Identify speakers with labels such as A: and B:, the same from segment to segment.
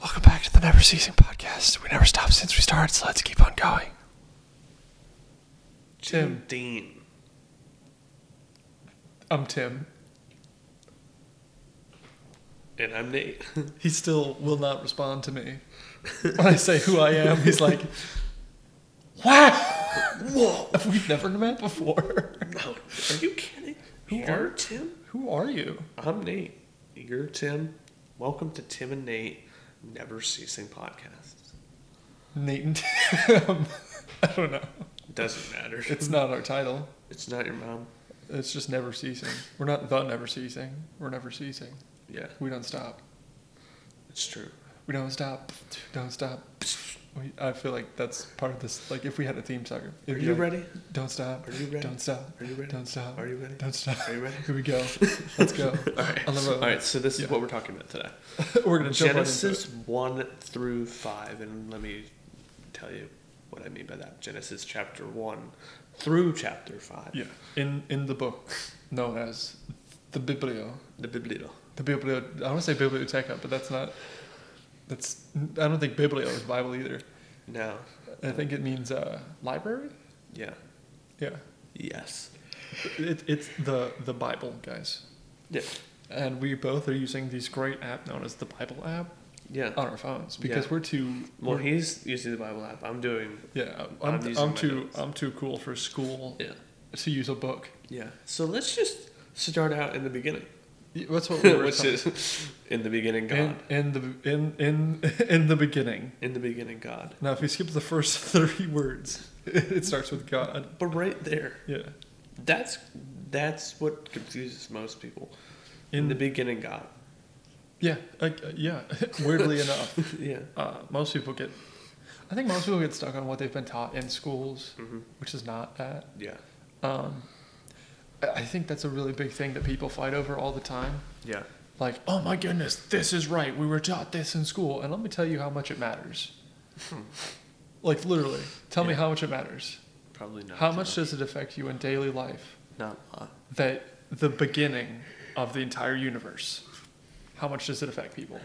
A: Welcome back to the Never Ceasing Podcast. We never stopped since we started, so let's keep on going.
B: Tim.
C: Dean.
B: I'm Tim.
C: And I'm Nate.
B: He still will not respond to me. When I say who I am, he's like, Wow! Whoa! We've never met before.
C: no, are you kidding?
B: Who
C: You're
B: are-
C: Tim?
B: Who are you?
C: I'm Nate. You're Tim. Welcome to Tim and Nate Never Ceasing Podcast.
B: Nate and Tim. I don't know.
C: Doesn't matter.
B: It's not our title.
C: It's not your mom.
B: It's just never ceasing. We're not the never ceasing. We're never ceasing.
C: Yeah,
B: We don't stop.
C: it's true.
B: We don't stop. Don't stop. We, I feel like that's part of this. Like if we had a theme song, it'd
C: Are
B: be
C: you
B: like,
C: ready?
B: Don't stop.
C: Are you ready?
B: Don't stop.
C: Are you ready?
B: Don't stop.
C: Are you ready?
B: Don't stop.
C: Are you ready?
B: Here we go. Let's go.
C: All right.
B: On the
C: All
B: road.
C: right, so this
B: Yeah.
C: is what we're talking about today.
B: We're gonna jump right into
C: Genesis
B: it.
C: 1 through 5, and let me tell you what I mean by that. Genesis chapter 1 through chapter 5.
B: Yeah. In in the book known as the Biblio,
C: The Biblio.
B: the Biblio. I want to say biblioteca, but that's not. That's I don't think biblio is Bible either.
C: No.
B: I think it means uh, library.
C: Yeah.
B: Yeah.
C: Yes.
B: It, it's the the Bible, guys.
C: Yeah.
B: And we both are using this great app known as the Bible app
C: Yeah.
B: on our phones because
C: Um, Yeah.
B: we're too.
C: Well,
B: we're-
C: he's using the Bible app. I'm doing.
B: yeah,
C: I'm
B: I'm, I'm,
C: using my
B: too
C: notes.
B: I'm too cool for school
C: Yeah.
B: to use a book.
C: Yeah. So let's just start out in the beginning,
B: Y- That's what we were
C: which
B: talking.
C: is in the beginning God.
B: In, in the in in in the beginning.
C: in the beginning God.
B: Now, if you skip the first thirty words, it starts with God.
C: But right there,
B: Yeah.
C: that's that's what confuses most people. In
B: In-
C: the beginning God.
B: Yeah. Like, yeah. Weirdly enough,
C: yeah.
B: uh, most people get. I think most people get stuck on what they've been taught in schools,
C: hmm
B: which is not that.
C: Yeah.
B: Um, I I think that's a really big thing that people fight over all the time.
C: Yeah.
B: Like, oh my goodness, this is right. We were taught this in school. And let me tell you how much it matters. like, literally, tell me
C: Hmm. Yeah.
B: how much it matters.
C: Probably not.
B: how
C: too
B: much does it affect you in daily life
C: Not a lot.
B: that the beginning of the entire universe, how much does it affect people?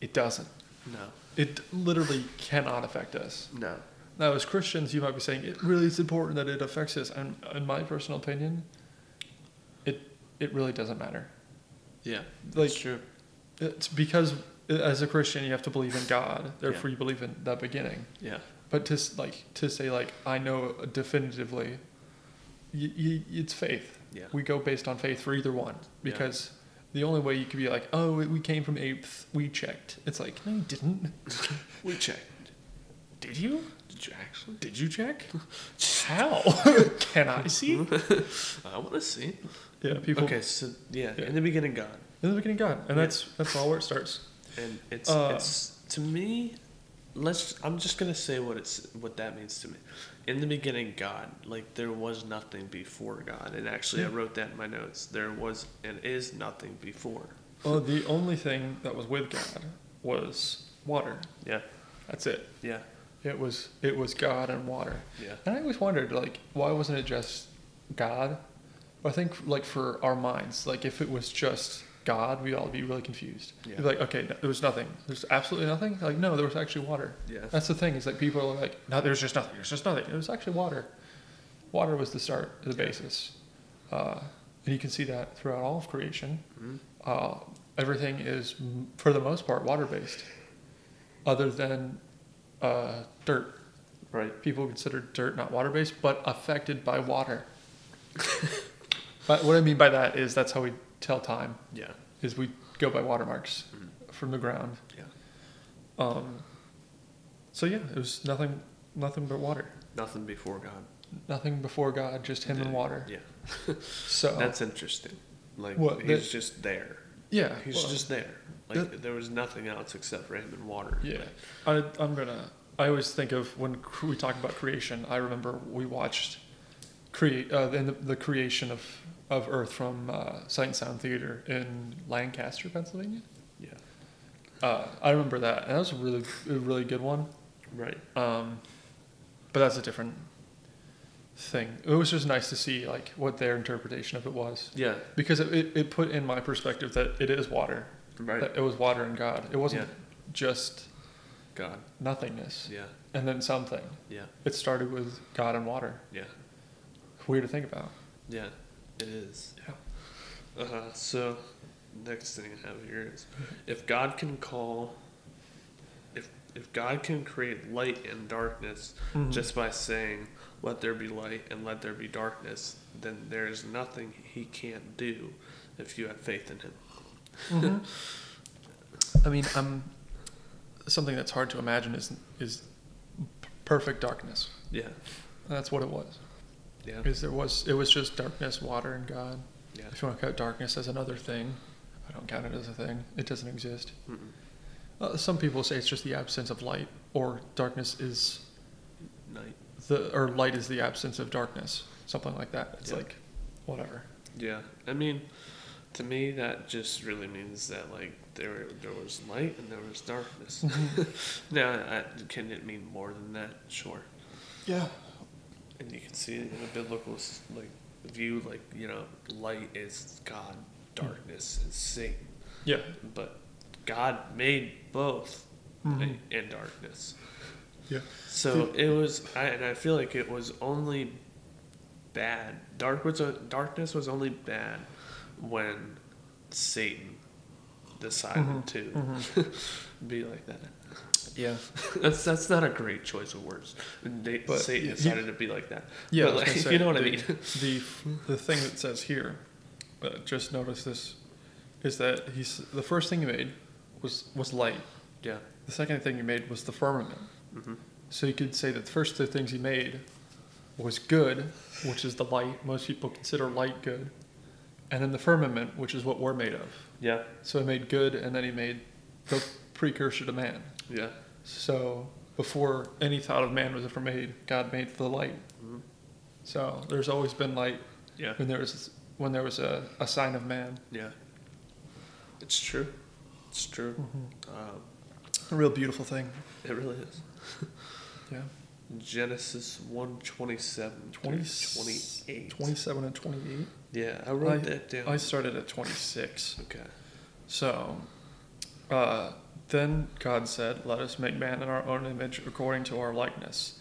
B: It doesn't.
C: No.
B: It literally cannot affect us.
C: No.
B: Now, as Christians, you might be saying it really is important that it affects us, and in my personal opinion, it it really doesn't matter.
C: Yeah.
B: Like
C: That's true.
B: it's because uh, as a Christian, you have to believe in God, therefore
C: Yeah.
B: you believe in that beginning.
C: Yeah.
B: But to s- like to say like I know definitively, y y it's faith.
C: Yeah.
B: We go based on faith for either one
C: Yeah.
B: because the only way you could be like, oh, we came from eighth, we checked. It's like no, you didn't.
C: We checked.
B: Did you?
C: Did you actually?
B: Did you check? How can I see?
C: I want to see.
B: Yeah, people.
C: Okay, so yeah,
B: Yeah.
C: in the beginning, God,
B: In the beginning, God, and
C: Yeah.
B: that's that's all where it starts.
C: and it's
B: Uh,
C: it's to me. Let's. I'm just gonna say what it's what that means to me. In the beginning, God, like there was nothing before God, and actually, I
B: Yeah.
C: wrote that in my notes. There was and is nothing before.
B: Well, the only thing that was with God was water.
C: Yeah,
B: That's it.
C: yeah,
B: It was it was God and water.
C: yeah,
B: And I always wondered, like, why wasn't it just God? I think, like, for our minds, like, if it was just God, we'd all be really confused. We'd
C: Yeah.
B: be like, okay, no, there was nothing. There's absolutely nothing. Like, no, there was actually water.
C: yeah,
B: That's the thing is like people are like, no, there's just nothing. There's just nothing. It was actually water. Water was the start, the
C: Yeah.
B: basis, uh, and you can see that throughout all of creation.
C: Mhm.
B: Uh, everything is, m- for the most part, water based, other than uh, dirt.
C: right.
B: People consider dirt not water based, but affected by water. but what I mean by that is that's how we tell time.
C: Yeah,
B: Is we go by watermarks from the ground.
C: Mm-hmm. yeah.
B: Um, so yeah, it was nothing, nothing but water.
C: Nothing before God.
B: Nothing before God, just Him
C: Yeah,
B: and water.
C: Yeah,
B: So
C: that's interesting. Like
B: Oh. What,
C: he's
B: that-
C: just there.
B: yeah,
C: He's
B: well,
C: just there. Like there was nothing else except for him and water.
B: yeah. I, I'm gonna. I always think of when cr- we talk about creation. I remember we watched create uh, the, the creation of of Earth from uh, Sight and Sound Theater in Lancaster, Pennsylvania.
C: Yeah.
B: Uh, I remember that, and that was a really a really good one.
C: Right.
B: Um, but that's a different thing. It was just nice to see like what their interpretation of it was
C: Yeah.
B: because it, it, it put in my perspective that it is water.
C: Right.
B: That it was water and God. It wasn't
C: Yeah.
B: just
C: God.
B: nothingness
C: Yeah.
B: and then something.
C: Yeah.
B: It started with God and water.
C: Yeah.
B: Weird to think about.
C: Yeah. It is.
B: Yeah.
C: Uh, so, next thing I have here is, if God can call, if if God can create light and darkness
B: Mhm.
C: just by saying, "Let there be light" and "Let there be darkness," then there is nothing He can't do if you have faith in Him.
B: Mm-hmm. I mean, I'm something that's hard to imagine is is p- perfect darkness.
C: Yeah.
B: That's what it was.
C: Yeah.
B: Is there was it was just darkness, water, and God.
C: Yeah.
B: If you want to count darkness as another thing, I don't count it as a thing. It doesn't exist.
C: Mm-mm.
B: Uh, some people say it's just the absence of light, or darkness is
C: Night.
B: the or light is the absence of darkness, something like that. It's
C: Yeah.
B: like whatever.
C: Yeah, I mean, to me, that just really means that like there there was light and there was darkness. now, I, can it mean more than that? Sure,
A: Yeah.
C: and you can see it in a biblical s- like view, like you know, light is God, darkness is Satan,
B: Yeah.
C: but God made both
B: Mhm.
C: light and darkness.
B: Yeah.
C: So it was, I, and I feel like it was only bad. Dark was a, darkness was only bad when Satan decided
B: Mhm,
C: to
B: Mm-hmm.
C: be like that.
B: Yeah.
C: That's that's not a great choice of words. They,
B: But
C: Satan
B: you-
C: decided to be like that.
B: Yeah,
C: But,
B: I was
C: like,
B: gonna
C: you
B: say,
C: know what I
B: the-
C: mean.
B: The the thing that says here, uh, just notice this, is that he's the first thing he made was was light.
C: Yeah.
B: The second thing he made was the firmament.
C: Mhm.
B: So you could say that the first two things he made was good, which is the light. Most people consider light good, and then the firmament, which is what we're made of.
C: Yeah.
B: So he made good, and then he made the precursor to man.
C: Yeah.
B: So before any thought of man was ever made, God made the light.
C: Mhm.
B: So there's always been light
C: Yeah.
B: when there was when there was a, a sign of man.
C: Yeah. It's true. It's true. Um,
B: A real beautiful thing.
C: it really is.
B: Yeah.
C: Genesis 127
B: Twenty-
C: 28.
B: 27 and 28.
C: Yeah, I wrote
B: I-
C: that down.
B: I started at 26.
C: okay.
B: So uh, then God said, Let us make man in our own image according to our likeness.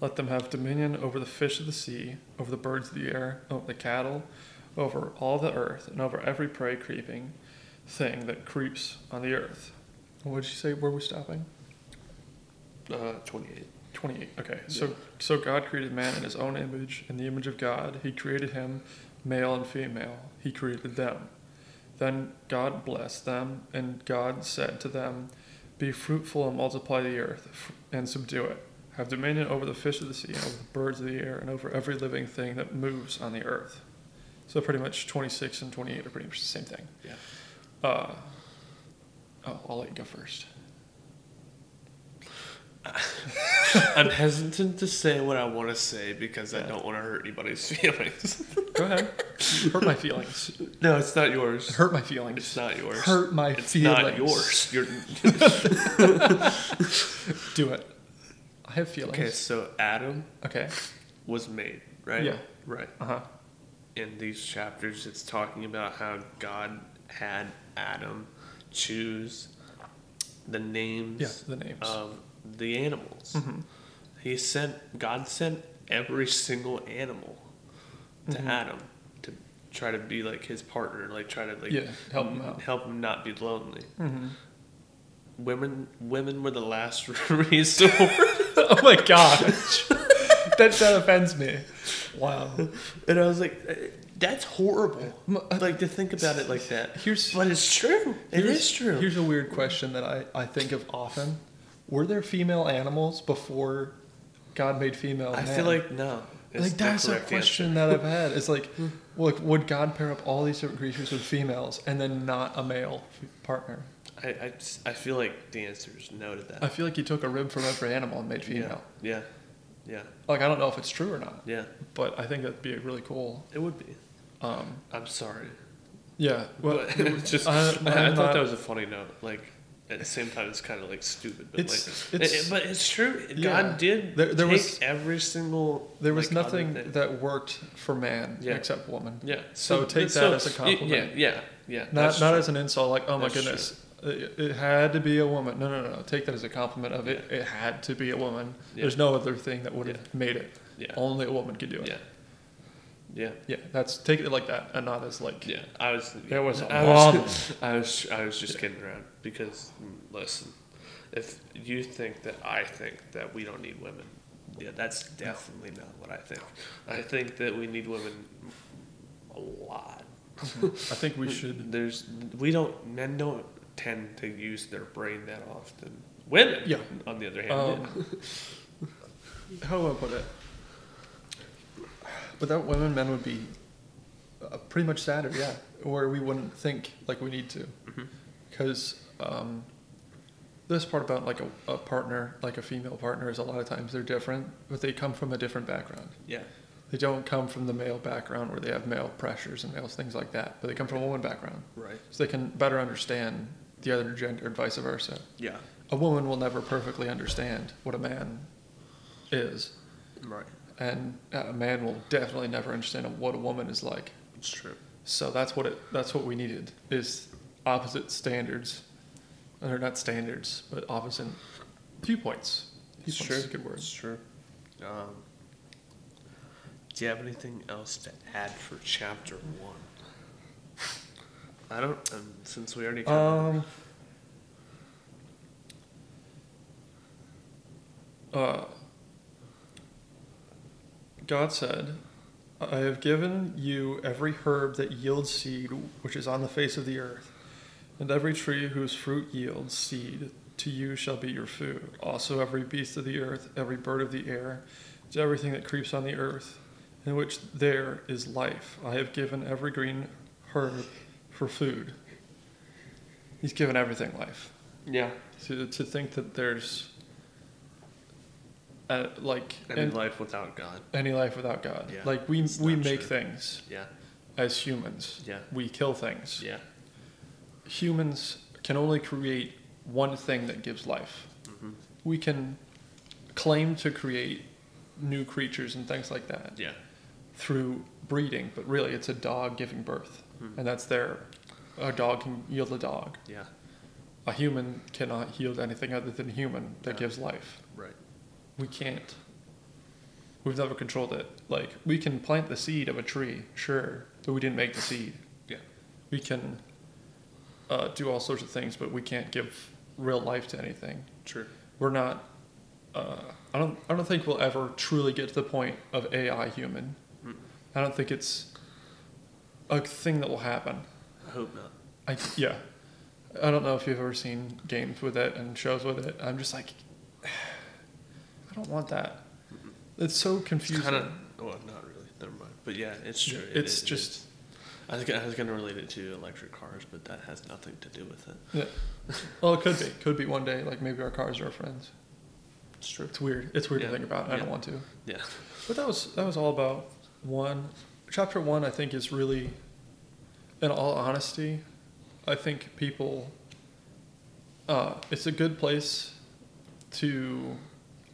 B: Let them have dominion over the fish of the sea, over the birds of the air, over the cattle, over all the earth, and over every prey creeping thing that creeps on the earth. What did you say? Where were we stopping?
C: Uh, 28.
B: 28 okay so
C: Yeah.
B: so god created man in his own image in the image of god he created him male and female he created them then god blessed them and god said to them be fruitful and multiply the earth f- and subdue it have dominion over the fish of the sea and over the birds of the air and over every living thing that moves on the earth so pretty much 26 and 28 are pretty much the same thing
C: Yeah.
B: uh, oh i'll let you go first
C: I'm hesitant to say what I want to say because I
B: Yeah.
C: don't want to hurt anybody's feelings.
B: go ahead hurt my feelings
C: no, it's not yours.
B: hurt my feelings
C: It's not yours.
B: Hurt my
C: it's
B: feelings.
C: not yours. You're,
B: Do it. I have
C: okay,
B: feelings.
C: so Adam
B: Okay.
C: was made, right?
B: Yeah.
C: Right.
B: Uh huh.
C: In these chapters, it's talking about how God had Adam choose the names
B: Yeah, the names.
C: of the animals.
B: Mhm.
C: He sent God sent every single animal to
B: Mhm.
C: Adam to try to be like his partner, like try to like
B: Yeah, help him out.
C: help him not be lonely.
B: Mhm.
C: Women women were the last resort,
B: oh my gosh. that that offends me. Wow.
C: and I was like, eh, that's horrible.
B: M- uh,
C: Like to think about it like that,
B: Here's
C: but it's true. It
B: here's-
C: is true.
B: Here's a weird question that I I think of often. Were there female animals before God made female?
C: I
B: man?
C: feel like no. it's
B: like
C: the
B: that's a
C: correct answer.
B: question that I've had. It's like,
C: Mm.
B: like would God pair up all these different creatures with females and then not a male f- partner?
C: I, I, just- I feel like the answer is no to that.
B: I feel like he took a rib from every animal and made
C: yeah.
B: female.
C: yeah, yeah,
B: Like I don't know if it's true or not,
C: yeah.
B: but I think that'd be really cool.
C: It would be.
B: Um,
C: I'm sorry.
B: yeah. Well,
C: But it was just.
B: I-
C: I, I
B: I'm
C: thought
B: not-
C: that was a funny note. Like, at the same time it's kind of like stupid. But
B: It's-
C: like,
B: it's-
C: it- but it's true.
B: Yeah.
C: God did
B: There- there
C: take
B: was-
C: every single.
B: There was
C: like, other
B: nothing
C: thing.
B: that worked for man
C: Yeah.
B: except woman.
C: Yeah.
B: So take
C: so-
B: that as a
C: y-
B: compliment.
C: Yeah, yeah, yeah.
B: Not
C: that's
B: not
C: true.
B: as an insult, like oh my
C: That's true.
B: goodness, it, it had to be a woman. No, no, no, no. Take that as a compliment of it. It had to be a woman.
C: Yeah.
B: There's no other thing that would have made it.
C: Yeah.
B: Only a woman could do it.
C: Yeah. Yeah.
B: Yeah, that's take it like that and not as like
C: Yeah. I was.
B: There was a
C: I was, I was. I was just kidding around because mm, listen, if you think that I think that we don't need women, yeah, that's definitely not what I think. I think that we need women a lot.
B: I think we should
C: There's we don't men don't tend to use their brain that often. Women,
B: Yeah.
C: On the other hand,
B: um, how do I put it? Without women, men would be uh, pretty much sadder, yeah. Or we wouldn't think like we need to, because um, this part about like a, a partner, like a female partner, is a lot of times they're different, but they come from a different background.
C: yeah,
B: They don't come from the male background where they have male pressures and male things like that, but they come from a woman background,
C: right,
B: so they can better understand the other gender and vice versa.
C: yeah,
B: a woman will never perfectly understand what a man is,
C: right.
B: and a man will definitely never understand what a woman is like.
C: It's true.
B: So that's what it. That's what we needed is opposite standards, or not standards, but opposite viewpoints.
C: It's
B: Viewpoints
C: true.
B: is a good word.
C: It's true. Um, do you have anything else to add for chapter one? I don't. Um, since we already covered
B: Um. Uh, God said, I have given you every herb that yields seed which is on the face of the earth, and every tree whose fruit yields seed, to you shall be your food. Also, every beast of the earth, every bird of the air, to everything that creeps on the earth, in which there is life. I have given every green herb for food. He's given everything life.
C: yeah,
B: To, to think that there's uh, like
C: and in
B: an-
C: life without God.
B: any life without God.
C: Yeah,
B: like we
C: it's
B: we
C: not
B: make
C: true.
B: things
C: Yeah,
B: as humans.
C: Yeah.
B: We kill things.
C: yeah,
B: Humans can only create one thing that gives life.
C: Mhm.
B: We can claim to create new creatures and things like that
C: yeah,
B: through breeding, but really it's a dog giving birth.
C: Hmm.
B: And that's their a dog can yield a dog.
C: yeah.
B: A human cannot yield anything other than human that
C: Yeah.
B: gives life.
C: Right.
B: We can't. We've never controlled it. Like, we can plant the seed of a tree, sure, but we didn't make the seed.
C: Yeah.
B: We can uh, do all sorts of things, but we can't give real life to anything.
C: True.
B: We're not. Uh, I don't. I don't think we'll ever truly get to the point of AI human.
C: Mm.
B: I don't think it's a thing that will happen.
C: I hope not.
B: I yeah. I don't know if you've ever seen games with it and shows with it. I'm just like, I don't want that. It's so confusing.
C: It's kind of. Well, not really. Never mind. But yeah, it's true. It-
B: it's
C: it-
B: just
C: I think I was going to relate it to electric cars, but that has nothing to do with it.
B: yeah. Well, it could be. Could be one day. Like maybe our cars are our friends.
C: It's true.
B: It's weird. It's weird
C: Yeah.
B: to think about. I don't
C: Yeah.
B: want to.
C: Yeah.
B: But that was that was all about one. Chapter one, I think, is really, in all honesty, I think people. Uh, it's a good place to.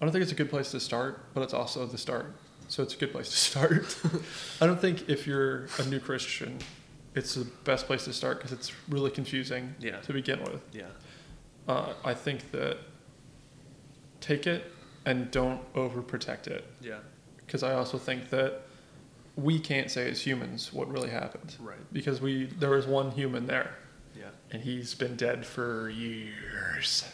B: I don't think it's a good place to start, but it's also the start. So it's a good place to start. I don't think if you're a new Christian, it's the best place to start because it's really confusing
C: Yeah.
B: to begin with
C: Yeah.
B: uh, I think that take it and don't overprotect it.
C: Yeah.
B: Because I also think that we can't say as humans what really happened.
C: Right.
B: Because we there was one human there,
C: Yeah.
B: and he's been dead for years.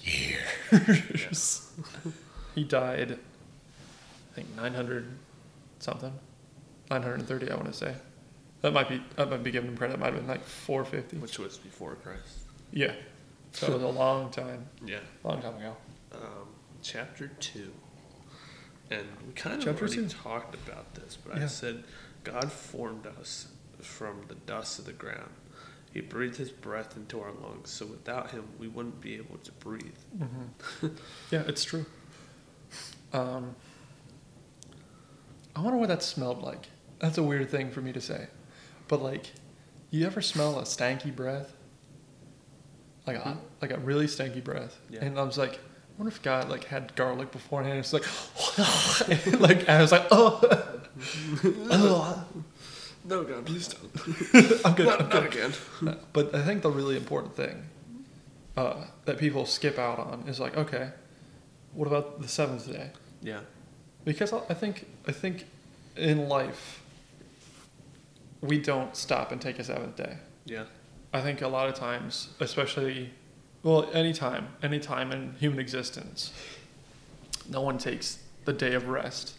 B: Years. he died, I think nine hundred something, nine hundred and thirty. I want to say. That might be I might be giving him credit. It might have been like four fifty.
C: Which was before Christ.
B: Yeah. So it was a long time.
C: Yeah.
B: Long time ago.
C: um, chapter two, and we kind of
B: Chapter
C: already
B: two.
C: talked about this, but I
B: Yeah.
C: said God formed us from the dust of the ground. He breathed His breath into our lungs, so without Him, we wouldn't be able to breathe.
B: Yeah, it's true. Um, I wonder what that smelled like. That's a weird thing for me to say, but like, you ever smell a stanky breath? like a, like a really stanky breath,
C: Yeah.
B: and I was like, I wonder if God like had garlic beforehand. It's like, and, like and I was like, oh, oh,
C: No, God, please don't.
B: I'm good,
C: Not,
B: I'm
C: not
B: good.
C: again.
B: But I think the really important thing uh, that people skip out on is like, okay, what about the seventh day?
C: Yeah.
B: Because I I think I think in life we don't stop and take a seventh day.
C: Yeah.
B: I think a lot of times, especially, well, anytime, anytime in human existence, no one takes the day of rest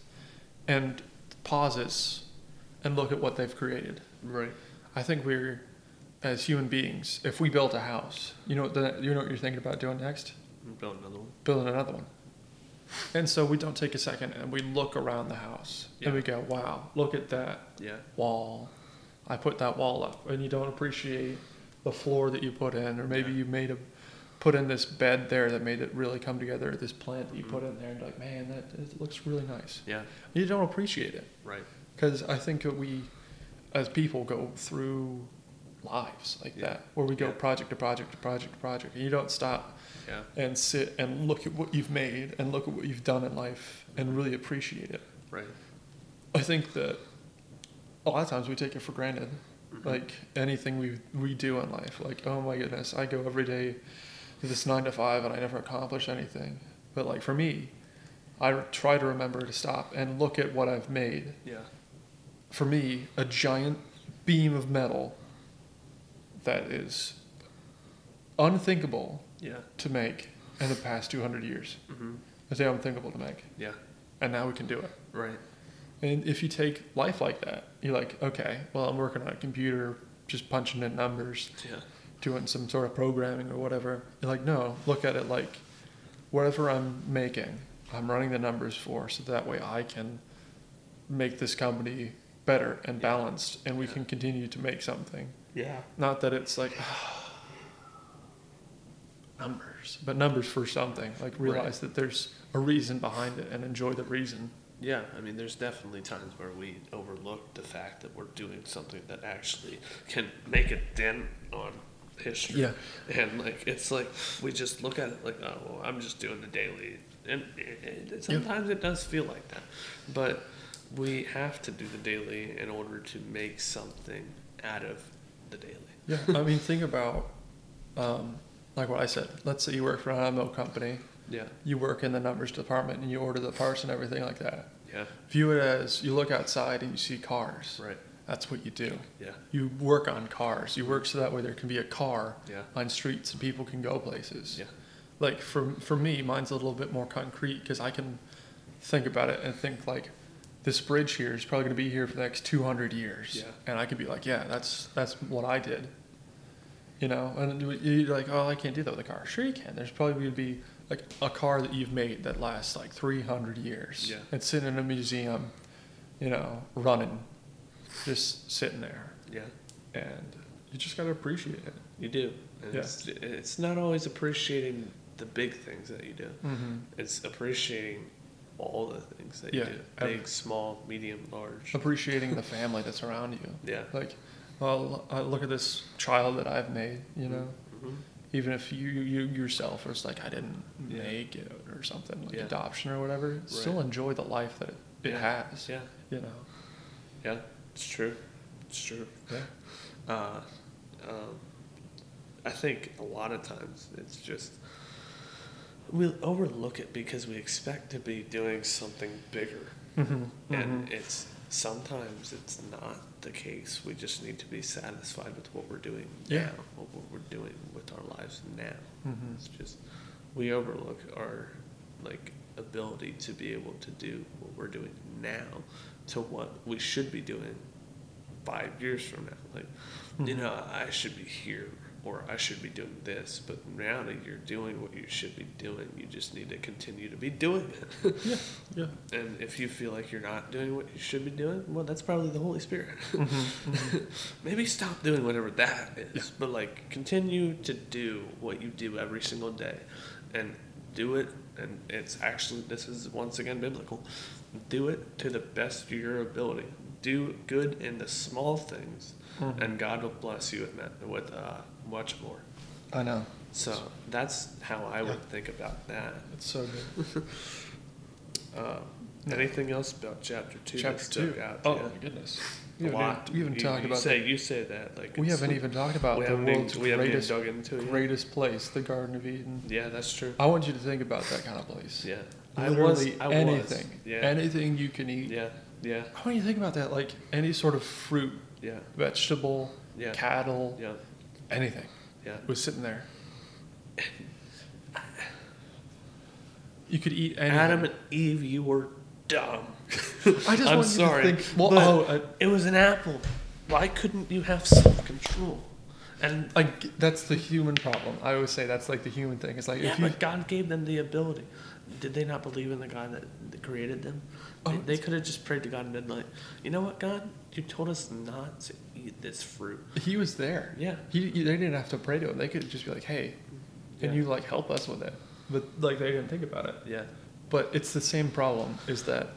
B: and pauses and look at what they've created.
C: Right.
B: I think we're, as human beings, if we built a house, you know what the, you know what you're thinking about doing next?
C: Build another one.
B: Building another one. And so we don't take a second and we look around the house and we go, wow, look at that
C: Yeah.
B: wall. I put that wall up, and you don't appreciate the floor that you put in, or maybe
C: Yeah.
B: you made a put in this bed there that made it really come together. This plant that you put in there, and like, man, that it looks really nice.
C: Yeah.
B: You don't appreciate it
C: Right.
B: because I think that we, as people, go through lives like
C: Yeah.
B: that, where we go
C: Yeah.
B: project to project to project to project, and you don't stop
C: Yeah.
B: and sit and look at what you've made and look at what you've done in life and really appreciate it.
C: Right.
B: I think that a lot of times we take it for granted,
C: Mhm.
B: like anything we we do in life. Like, oh my goodness, I go every day to this nine to five and I never accomplish anything. But like for me, I re- try to remember to stop and look at what I've made.
C: Yeah.
B: For me, a giant beam of metal that is unthinkable
C: Yeah.
B: to make in the past 200 years.
C: Mm-hmm.
B: It's unthinkable to make,
C: Yeah.
B: and now we can do it.
C: Right.
B: And if you take life like that, you're like, okay, well, I'm working on a computer, just punching in numbers,
C: Yeah.
B: doing some sort of programming or whatever. You're like, no, look at it like whatever I'm making, I'm running the numbers for so that way I can make this company better and
C: Yeah.
B: balanced and we
C: Yeah.
B: can continue to make something.
C: Yeah.
B: Not that it's like numbers, but numbers for something. Like
C: Right.
B: realize that there's a reason behind it and enjoy the reason.
C: Yeah, I mean, there's definitely times where we overlook the fact that we're doing something that actually can make a dent on history.
B: Yeah.
C: And, like, it's like we just look at it like, oh, well, I'm just doing the daily. And it, it, sometimes it does feel like that. But we have to do the daily in order to make something out of the daily.
B: Yeah, I mean, think about um, like what I said. Let's say you work for an automotive company,
C: Yeah.
B: you work in the numbers department, and you order the parts and everything like that.
C: Yeah.
B: View it as you look outside and you see cars.
C: Right.
B: That's what you do.
C: Yeah.
B: You work on cars. You work so that way there can be a car
C: Yeah.
B: on streets and people can go places.
C: Yeah.
B: Like for for me, mine's a little bit more concrete because I can think about it and think like. This bridge here is probably going to be here for the next 200 years,
C: Yeah.
B: and I could be like, "Yeah, that's that's what I did," you know. And you- you're like, "Oh, I can't do that with a car." Sure, you can. There's probably going to be like a car that you've made that lasts like 300 years.
C: Yeah.
B: It's sitting in a museum, you know, running, just sitting there,
C: Yeah.
B: and you just got to appreciate it.
C: You do. And
B: Yeah.
C: it's, it's not always appreciating the big things that you do.
B: Mm-hmm.
C: It's appreciating all the things that
B: Yeah,
C: you do.
B: every-
C: Big, small, medium, large.
B: appreciating the family that's around you.
C: Yeah.
B: Like, well, I look at this child that I've made, you know,
C: hmm
B: even if you, you yourself are just like, I didn't
C: Yeah.
B: make it or something, like
C: Yeah.
B: adoption or whatever, still
C: Right.
B: enjoy the life that it, it
C: Yeah.
B: has,
C: Yeah.
B: you know?
C: Yeah. It's true. It's true.
B: Yeah.
C: Uh, um, I think a lot of times it's just we overlook it because we expect to be doing something bigger,
B: Mm-hmm.
C: and it's sometimes it's not the case. We just need to be satisfied with what we're doing
B: Yeah.
C: now, what what we're doing with our lives now.
B: Mhm.
C: It's just we overlook our like ability to be able to do what we're doing now to what we should be doing five years from now. Like, you
B: Mhm.
C: know, I should be here or I should be doing this, but in reality, you're doing what you should be doing. You just need to continue to be doing it.
B: yeah, yeah.
C: and if you feel like you're not doing what you should be doing, well, that's probably the Holy Spirit.
B: Mm-hmm.
C: Maybe stop doing whatever that is,
B: Yeah.
C: but like continue to do what you do every single day and do it. And it's actually, this is once again biblical do it to the best of your ability. Do good in the small things,
B: Mhm.
C: and God will bless you with, ma- with uh, much more.
B: I know.
C: So that's how I would think about that.
B: It's so good.
C: Um, anything else about chapter two? that
B: Chapter
C: stuck
B: two.
C: out?
B: Oh
C: Yeah.
B: my goodness.
C: a
B: We haven't,
C: lot.
B: even- we haven't
C: you,
B: talked
C: you
B: about.
C: say
B: the-
C: you say that like
B: we
C: it's-
B: haven't even talked about
C: we
B: the
C: haven't even-
B: world's
C: we haven't even
B: greatest,
C: dug into it yet.
B: greatest place, the Garden of Eden.
C: Yeah, that's true.
B: I want you to think about that kind of place.
C: Yeah,
B: Literally
C: I was, I
B: anything,
C: Was. Yeah,
B: anything you can eat.
C: yeah, yeah,
B: I want you to think about that, like any sort of fruit,
C: yeah,
B: vegetable,
C: yeah,
B: cattle,
C: yeah,
B: anything
C: yeah.
B: was sitting there. You could eat anything.
C: Adam and Eve, you were dumb.
B: I just
C: I'm
B: want
C: sorry,
B: you to think. Well,
C: but-
B: oh, I-
C: It was an apple. Why couldn't you have self control? And
B: I g- that's the human problem. I always say that's like the human thing. It's like
C: yeah,
B: if you,
C: but God gave them the ability. Did they not believe in the God that that created them? They,
B: Oh,
C: they could have just prayed to God and been like, you know what, God, you told us not to eat this fruit.
B: he was there.
C: Yeah.
B: He, he- they didn't have to pray to him. They could just be like, "Hey, can
C: Yeah.
B: you like help us with it?" But like they didn't think about it.
C: Yeah,
B: But it's the same problem. Is that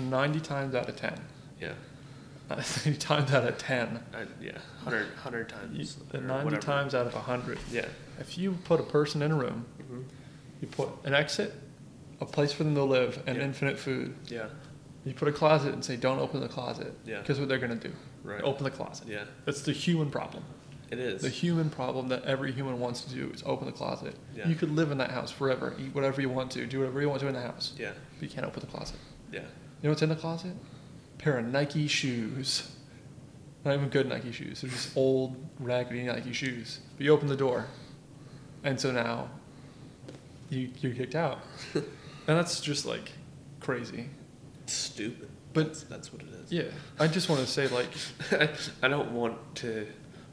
B: ninety times out of ten,
C: yeah,
B: ninety times out of ten,
C: I, yeah. Hundred, hundred
B: you,
C: times. or
B: and ninety
C: whatever.
B: times out of hundred,
C: Yeah.
B: if you put a person in a room,
C: Mm-hmm.
B: you put an exit, a place for them to live, and
C: Yeah.
B: infinite food.
C: Yeah.
B: You put a closet and say, "Don't open the closet,"
C: Yeah.
B: because what they're gonna do,
C: Right.
B: open the closet.
C: Yeah.
B: That's the human problem.
C: It is.
B: The human problem that every human wants to do is open the closet.
C: Yeah.
B: You could live in that house forever, eat whatever you want to, do whatever you want to in the house,
C: yeah.
B: but you can't open the closet.
C: Yeah.
B: You know what's in the closet? pair of Nike shoes. Not even good Nike shoes. They're just old, raggedy Nike shoes. But you open the door, and so now you you're kicked out, and that's just like crazy.
C: stupid.
B: But-
C: that's, that's what it is.
B: Yeah, I just want to say like
C: I don't want to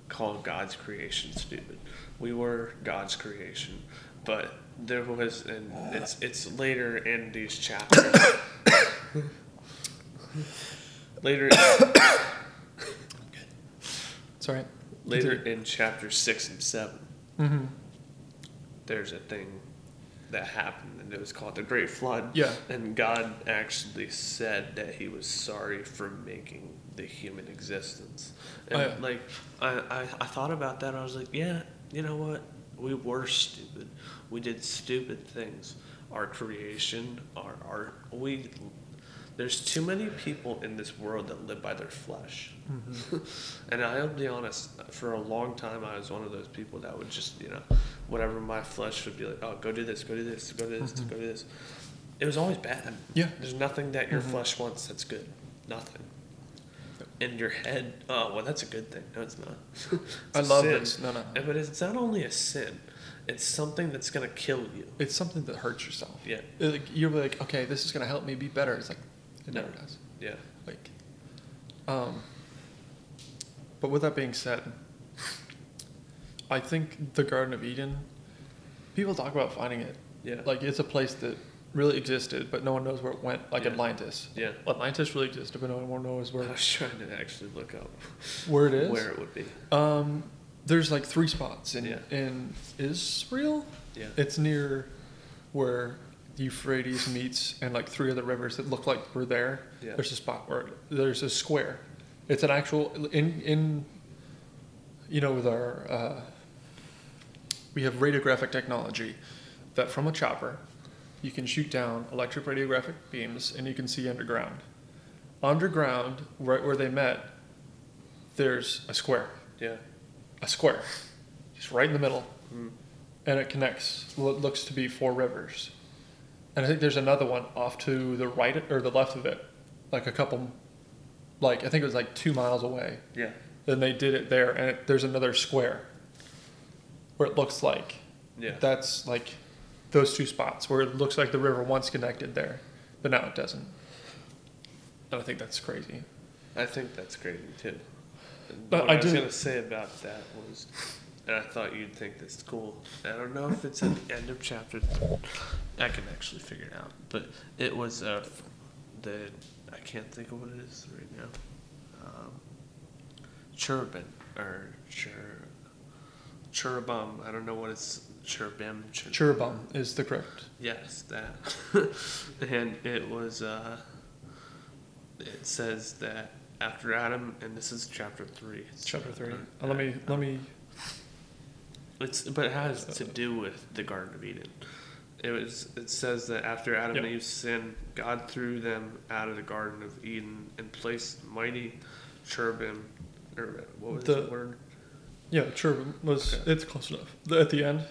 C: call God's creation stupid. We were God's creation, but there was, and it's it's later in these chapters. later,
B: sorry.
C: later in chapter six and seven,
B: Mm-hmm.
C: there's a thing that happened, and it was called the Great Flood.
B: Yeah.
C: And God actually said that He was sorry for making the human existence.
B: Oh,
C: And
B: yeah.
C: like, I, I, I thought about that. I was like, yeah, you know what? We were stupid. We did stupid things. Our creation, our art. We. There's too many people in this world that live by their flesh. and I'll be honest, for a long time, I was one of those people that would just, you know, whatever my flesh would be like, oh, go do this, go do this, go do this, go do this. It was always bad.
B: Mm-hmm. Yeah.
C: There's nothing that your
B: Mhm.
C: flesh wants that's good. Nothing. In your head, oh, well, that's a good thing. No, it's not. It's
B: I
C: a
B: love
C: sin.
B: this. No, no.
C: And- But it's not only a sin, it's something that's going to kill you.
B: It's something that hurts yourself.
C: Yeah,
B: It, like, you're like, okay, this is gonna help me be better. It's like it
C: No.
B: never does.
C: yeah.
B: Like, um, but with that being said, I think the Garden of Eden. People talk about finding it.
C: Yeah.
B: Like it's a place that really existed, but no one knows where it went. Like
C: Yeah.
B: Atlantis.
C: yeah.
B: Atlantis really existed, but no one knows
C: I
B: where
C: was trying to actually look up
B: where it is.
C: where it would be.
B: Um, there's like three spots in
C: Yeah.
B: in Israel.
C: Yeah.
B: It's near where the Euphrates meets and like three other rivers that look like were there.
C: Yeah.
B: There's a spot where there's a square. It's an actual in in you know with our uh, we have radiographic technology that from a chopper you can shoot down electric radiographic beams and you can see underground. Underground, right where they met, there's a square
C: Yeah.
B: a square, just right in the middle,
C: Mm.
B: and it connects what looks to be four rivers. And I think there's another one off to the right or the left of it, like a couple, like I think it was like two miles away.
C: Yeah.
B: Then they did it there, and it, there's another square where it looks like
C: Yeah.
B: that's like those two spots where it looks like the river once connected there, but now it doesn't. And I think that's crazy.
C: I think that's crazy too.
B: But
C: what
B: I
C: I, was
B: do-
C: gonna say about that was, and I thought you'd think this is cool. I don't know if it's at the end of chapter. th- I can actually figure it out, but it was uh, the I can't think of what it is right now. Um, cherubim or cher, cherubim. I don't know what it's cherubim. Cher-
B: Cherubim is the correct.
C: Yes, that. and it was, uh, it says that after Adam, and this is chapter 3.
B: Chapter three.
C: Uh,
B: Uh, let me let me
C: It's but it has to do with the Garden of Eden. It was. It says that after Adam and
B: Yep.
C: Eve sinned, God threw them out of the Garden of Eden and placed mighty cherubim, or what was the,
B: The-
C: word?
B: Yeah, cherubim was
C: Okay.
B: it's close enough. The- at the end,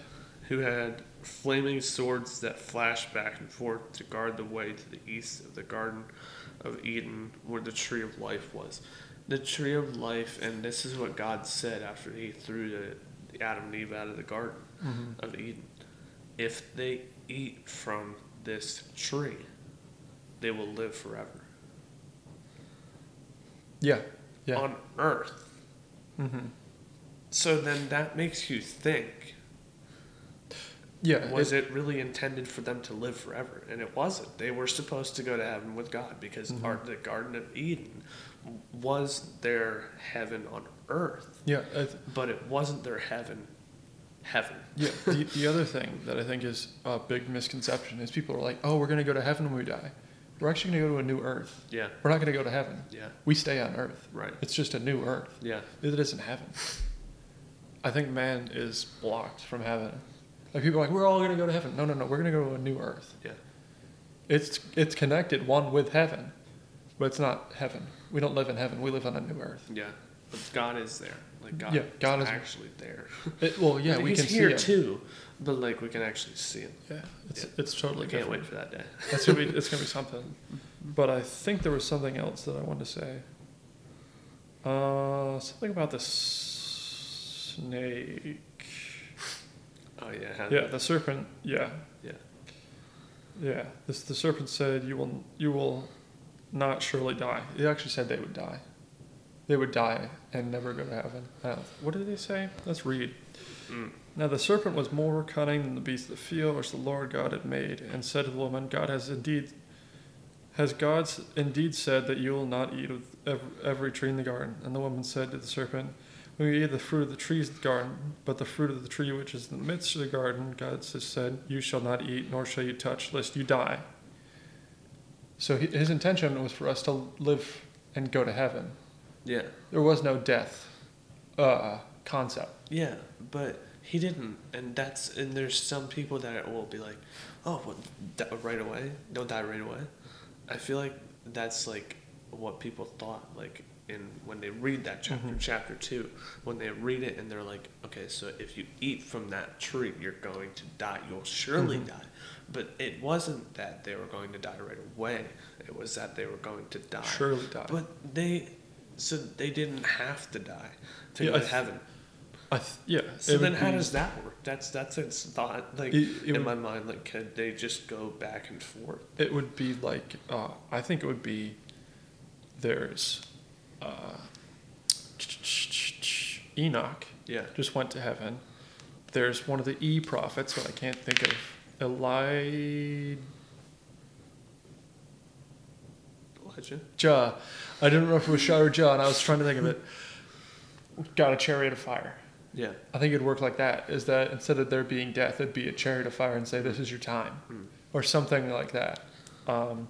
C: Who had flaming swords that flashed back and forth to guard the way to the east of the Garden of Eden, where the tree of life was. The tree of life, and this is what God said after He threw the, the Adam and Eve out of the garden. of Eden. If they eat from this tree, they will live forever.
B: yeah, yeah,
C: On earth. Mm-hmm.
B: Mhm.
C: So then that makes you think
B: yeah.
C: was it really intended for them to live forever? And it wasn't. They were supposed to go to heaven with God because
B: Mhm.
C: our, the Garden of Eden was their heaven on earth,
B: yeah, I th-
C: but it wasn't their heaven, heaven.
B: yeah. The, the other thing that I think is a big misconception is people are like, "Oh, we're gonna go to heaven when we die. We're actually gonna go to a new earth.
C: Yeah,
B: We're not gonna go to heaven.
C: yeah,
B: We stay on Earth.
C: right.
B: It's just a new Earth.
C: Yeah,
B: It isn't heaven. I think man is blocked from heaven. Like people are like, we're all gonna go to heaven. No, no, no. We're gonna go to a new Earth.
C: yeah.
B: It's it's connected one with heaven, but it's not heaven. We don't live in heaven. We live on a new Earth.
C: Yeah, but God is there. Like God,
B: Yeah, God
C: is
B: is-
C: actually there.
B: It, well, yeah,
C: And
B: we
C: he's
B: can
C: here
B: see it.
C: too, but like we can actually see him.
B: Yeah, it's
C: Yeah.
B: it's totally
C: I can't
B: different.
C: wait for that day.
B: That's gonna be it's gonna be something. But I think there was something else that I wanted to say. Uh, something about the s- snake.
C: Oh yeah, how-
B: Yeah, the serpent. Yeah.
C: Yeah.
B: Yeah. This the serpent said, "You will, you will, not surely die." It actually said they would die. They would die and never go to heaven. Uh, what did they say? Let's read.
C: Mm.
B: Now the serpent was more cunning than the beasts of the field which the Lord God had made, and said to the woman, God has indeed has God s- indeed said that you will not eat of every, every tree in the garden? And the woman said to the serpent, We may eat of the fruit of the trees of the garden, but the fruit of the tree which is in the midst of the garden, God has said, You shall not eat, nor shall you touch, lest you die. So he- his intention was for us to live and go to heaven.
C: yeah,
B: There was no death uh, concept.
C: yeah. But he didn't, and that's and there's some people that will be like, oh, well, di- right away, don't die right away. I feel like that's like what people thought like in when they read that chapter,
B: Mhm.
C: chapter two, when they read it and they're like, okay, so if you eat from that tree, you're going to die. You'll surely
B: Mhm.
C: die. But it wasn't that they were going to die right away. It was that they were going to die.
B: Surely die.
C: But they, so they didn't have to die to
B: Yeah,
C: go
B: I
C: to
B: th-
C: heaven.
B: I th- yeah.
C: So
B: it would
C: then, how
B: be-
C: does that work? That's that's its thought, like
B: It- it would-
C: in my mind. Like, could they just go back and forth?
B: It would be like uh, I think it would be there's uh, Enoch
C: Yeah,
B: just went to heaven. There's one of the E prophets, but I can't think of Elijah.
C: Elijah.
B: I didn't know if it was Shah or Jah, and I was trying to think of it. Got a chariot of fire.
C: Yeah,
B: I think it'd work like that. Is that instead of there being death, it'd be a chariot of fire and say, "This is your time,"
C: Mm.
B: or something like that. Um,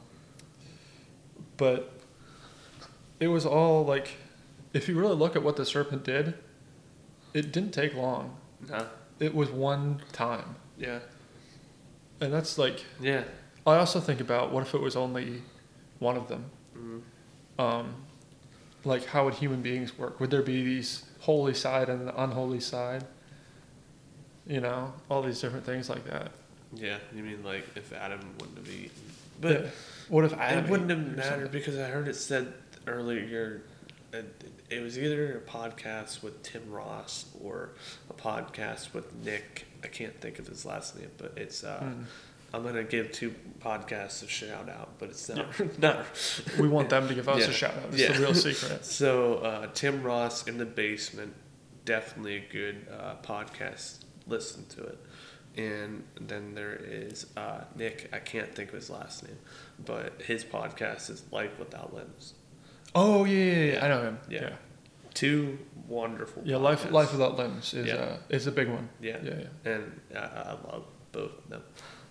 B: but it was all like, if you really look at what the serpent did, it didn't take long.
C: no,
B: It was one time,
C: yeah,
B: and that's like.
C: yeah,
B: I also think about what if it was only one of them.
C: Mhm.
B: Um, like, how would human beings work? Would there be these holy side and the unholy side? You know, all these different things like that.
C: yeah. You mean like if Adam wouldn't have eaten, but
B: Yeah. what if
C: I
B: Adam
C: it wouldn't
B: ate
C: have
B: or
C: mattered
B: something?
C: because I heard it said earlier. It, it was either a podcast with Tim Ross or a podcast with Nick. I can't think of his last name, but it's. Uh,
B: Mm.
C: I'm gonna give two podcasts a shout out, but it's not
B: Yeah.
C: not
B: We want them to give us
C: Yeah.
B: a shout out. It's
C: Yeah.
B: the real secret.
C: So uh, Tim Ross in the basement, definitely a good uh, podcast. Listen to it. And then there is uh, Nick. I can't think of his last name, but his podcast is Life Without Limbs.
B: Oh yeah, yeah, yeah. I know him.
C: Yeah.
B: Yeah, yeah.
C: Two wonderful.
B: life,
C: podcasts.
B: life without limbs is
C: Yeah.
B: uh, is a big one.
C: Yeah.
B: yeah, yeah.
C: and I, I love both of them.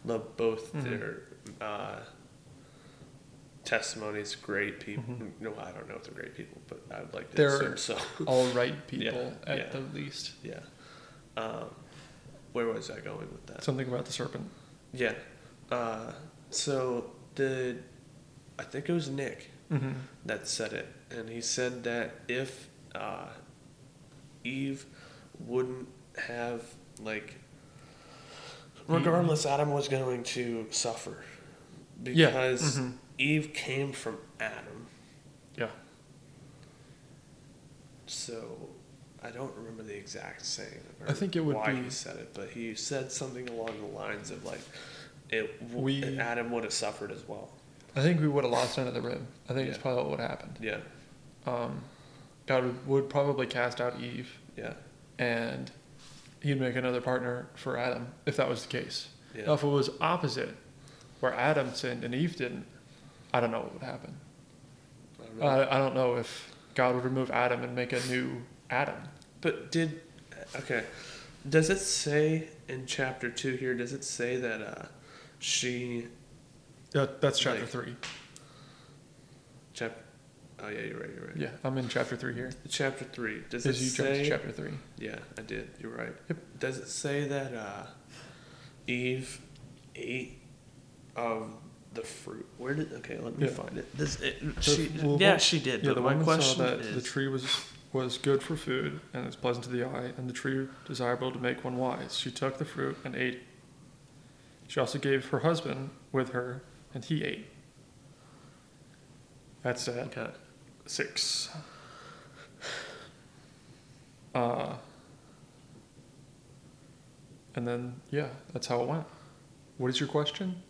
C: Love both
B: Mhm.
C: their uh, testimonies. Great people. No, I don't know if they're great people, but I would like
B: Mm-hmm.
C: to
B: They're-
C: assume so.
B: All right people
C: Yeah,
B: at
C: yeah.
B: the least.
C: yeah. Um, where was I going with that?
B: Something about the serpent.
C: Yeah. Uh, so the, I think it was Nick
B: Mm-hmm.
C: that said it, and he said that if uh, Eve wouldn't have like, regardless, Adam was going to suffer
B: Yeah,
C: because
B: mhm.
C: Eve came from Adam.
B: Yeah.
C: So I don't remember the exact saying. or
B: I think it would
C: why
B: be-
C: he said it, but he said something along the lines of like, it w-
B: We-
C: Adam would have suffered as well.
B: I think we would have lost another rib. I think it's
C: Yeah.
B: probably what would happen.
C: Yeah,
B: Um, God would, would probably cast out Eve,
C: yeah,
B: and he'd make another partner for Adam if that was the case.
C: yeah.
B: Now, if it was opposite, where Adam sinned and Eve didn't, I don't know what would happen.
C: I don't know.
B: I, I don't know if God would remove Adam and make a new Adam.
C: But did okay? Does it say in chapter two here? Does it say that uh, she
B: That, that's chapter
C: Like-
B: three.
C: chap? Oh yeah, you're right. You're right.
B: Yeah, I'm in chapter three here.
C: Chapter three. Does it
B: As you jump
C: say?
B: to chapter three.
C: yeah, I did. You're right.
B: Yep.
C: Does it say that uh, Eve ate of the fruit? Where did? Okay, let me
B: Yeah.
C: find it. Does it?
B: So
C: she,
B: we'll-
C: yeah,
B: we'll-
C: she did.
B: Yeah,
C: but
B: the
C: my
B: woman
C: question
B: saw that
C: is,
B: the tree was was good for food and was pleasant to the eye, and the tree desirable to make one wise. She took the fruit and ate. She also gave her husband with her, and he ate. That's at
C: Okay.
B: six. Uh, and then yeah, that's how it went. What is your question?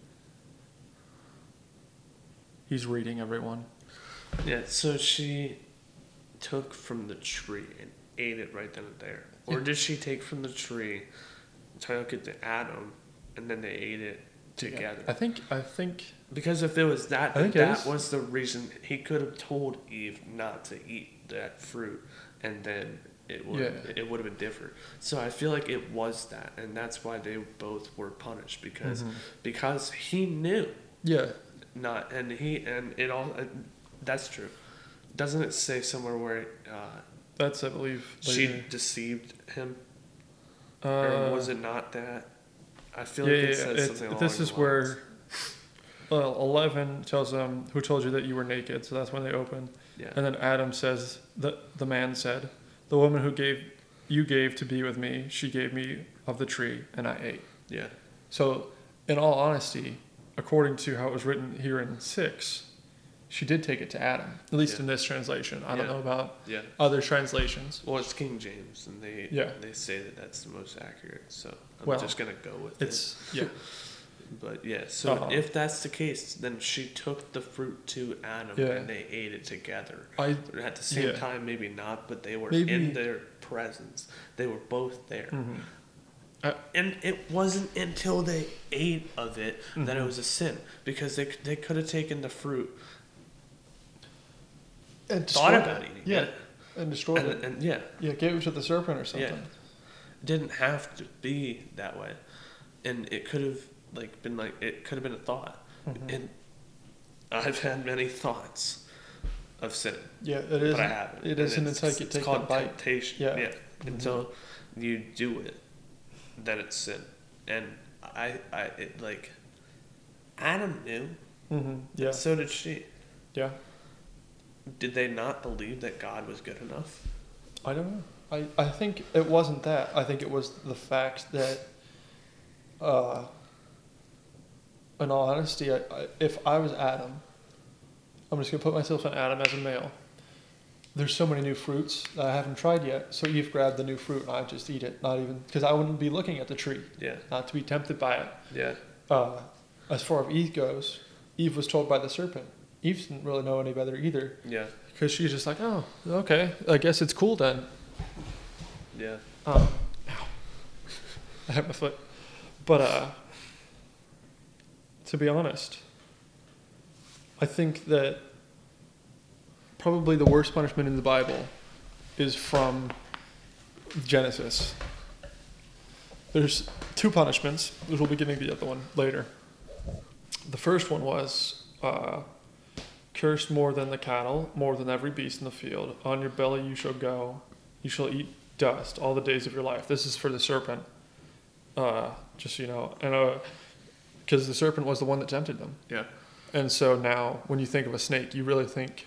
B: He's reading everyone.
C: Yeah, so she took from the tree and ate it right then and there. Or
B: Yeah.
C: did she take from the tree, took it to Adam, and then they ate it together?
B: I think I think
C: Because if it was that,
B: I think it
C: that
B: is.
C: was the reason he could have told Eve not to eat that fruit, and then it would
B: Yeah.
C: it would have been different. So I feel like it was that, and that's why they both were punished because
B: Mhm.
C: because he knew
B: yeah.
C: not and he and it all uh, that's true doesn't it say somewhere where uh,
B: That's I believe.
C: she
B: later.
C: deceived him
B: Uh,
C: or was it not that i feel
B: yeah,
C: like it
B: yeah,
C: says
B: it's-
C: something along
B: This
C: the
B: is where
C: lines.
B: well, eleven tells them who told you that you were naked. So that's when they open.
C: yeah
B: And then Adam says that the man said, "The woman who gave you gave to be with me, she gave me of the tree, and I ate."
C: yeah
B: So, in all honesty, according to how it was written here in six, she did take it to Adam. At least
C: Yeah.
B: in this translation. I don't
C: Yeah.
B: know about
C: yeah
B: other translations.
C: well it's king james and they
B: Yeah.
C: they say that that's the most accurate so i'm
B: Well,
C: just gonna go with
B: It's yeah.
C: it but yeah so
B: Uh-huh.
C: if that's the case then she took the fruit to adam
B: Yeah.
C: and they ate it together
B: I
C: at the same
B: Yeah.
C: time maybe not but they were
B: Maybe-
C: in their presence they were both there
B: mhm.
C: and it wasn't until they ate of it that it
B: Mhm.
C: was a sin because they, they could have taken the fruit thought about eating
B: Yeah,
C: it
B: and destroyed
C: and,
B: it.
C: and yeah
B: Yeah, gave it to the serpent or
C: Yeah.
B: something.
C: it didn't have to be that way and it could have like been like it could have been a thought
B: Mhm.
C: and i've had many thoughts of sin
B: Yeah, it is.
C: but i haven't
B: It
C: And
B: isn't until you
C: it's
B: take the
C: called
B: bite.
C: temptation
B: Yeah. Mm-hmm.
C: until you do it then it's sin and i i it like adam knew
B: Mm-hmm. Yeah,
C: So did she.
B: yeah.
C: Did they not believe that God was good enough?
B: I don't know. I, I think it wasn't that. I think it was the fact that, uh, in all honesty, I, I, if I was Adam, I'm just going to put myself in Adam as a male. There's so many new fruits that I haven't tried yet. So Eve grabbed the new fruit and I just eat it. Not even, because I wouldn't be looking at the tree,
C: Yeah,
B: not to be tempted by it.
C: yeah,
B: uh, as far as Eve goes, Eve was told by the serpent. Eve didn't really know any better either,
C: yeah,
B: because she's just like, oh, okay, I guess it's cool then.
C: yeah.
B: Um, ow. I hit my foot. But uh, to be honest, I think that probably the worst punishment in the Bible is from Genesis. There's two punishments, which we'll be getting the other one later. The first one was uh, cursed more than the cattle, more than every beast in the field. On your belly you shall go, you shall eat dust all the days of your life. This is for the serpent. Uh, just so you know, and because the serpent was the one that tempted them,
C: Yeah.
B: and so now when you think of a snake, you really think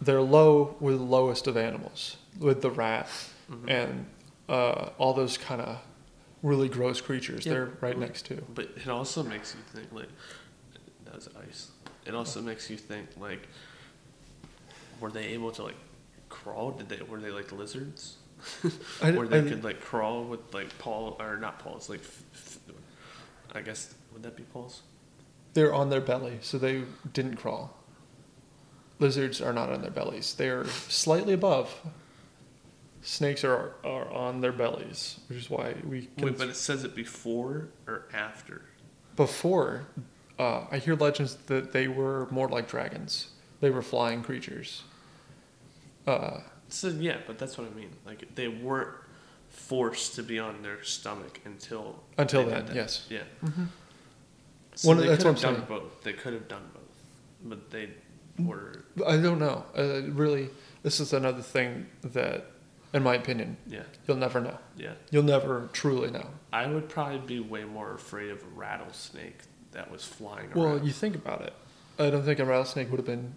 B: they're low with the lowest of animals, with the rat
C: Mhm.
B: and uh, all those kind of really gross creatures.
C: Yeah.
B: They're right next to.
C: But it also makes you think like that was ice. It also makes you think like were they able to like crawl? Did they were they like lizards?
B: I-
C: Where they
B: I-
C: could like crawl with like paw or not paws like f- f- I guess would that be paws?
B: They're on their belly, so they didn't crawl. Lizards are not on their bellies. They're slightly above. Snakes are are on their bellies, which is why we can
C: Wait, but it says it before or after.
B: before uh, I hear legends that they were more like dragons. They were flying creatures. Uh,
C: So yeah, but that's what I mean. Like they weren't forced to be on their stomach until
B: Until
C: they did
B: then, yes.
C: Yeah.
B: Mhm.
C: So
B: One of-
C: they
B: that's
C: could
B: what
C: have
B: I'm Mm-hmm.
C: done both. They could have done both, but they were
B: I don't know. Uh, really, this is another thing that, in my opinion,
C: yeah
B: you'll never know.
C: yeah.
B: You'll never truly know.
C: I would probably be way more afraid of a rattlesnake that was flying
B: Well,
C: around.
B: you think about it. I don't think a rattlesnake would have been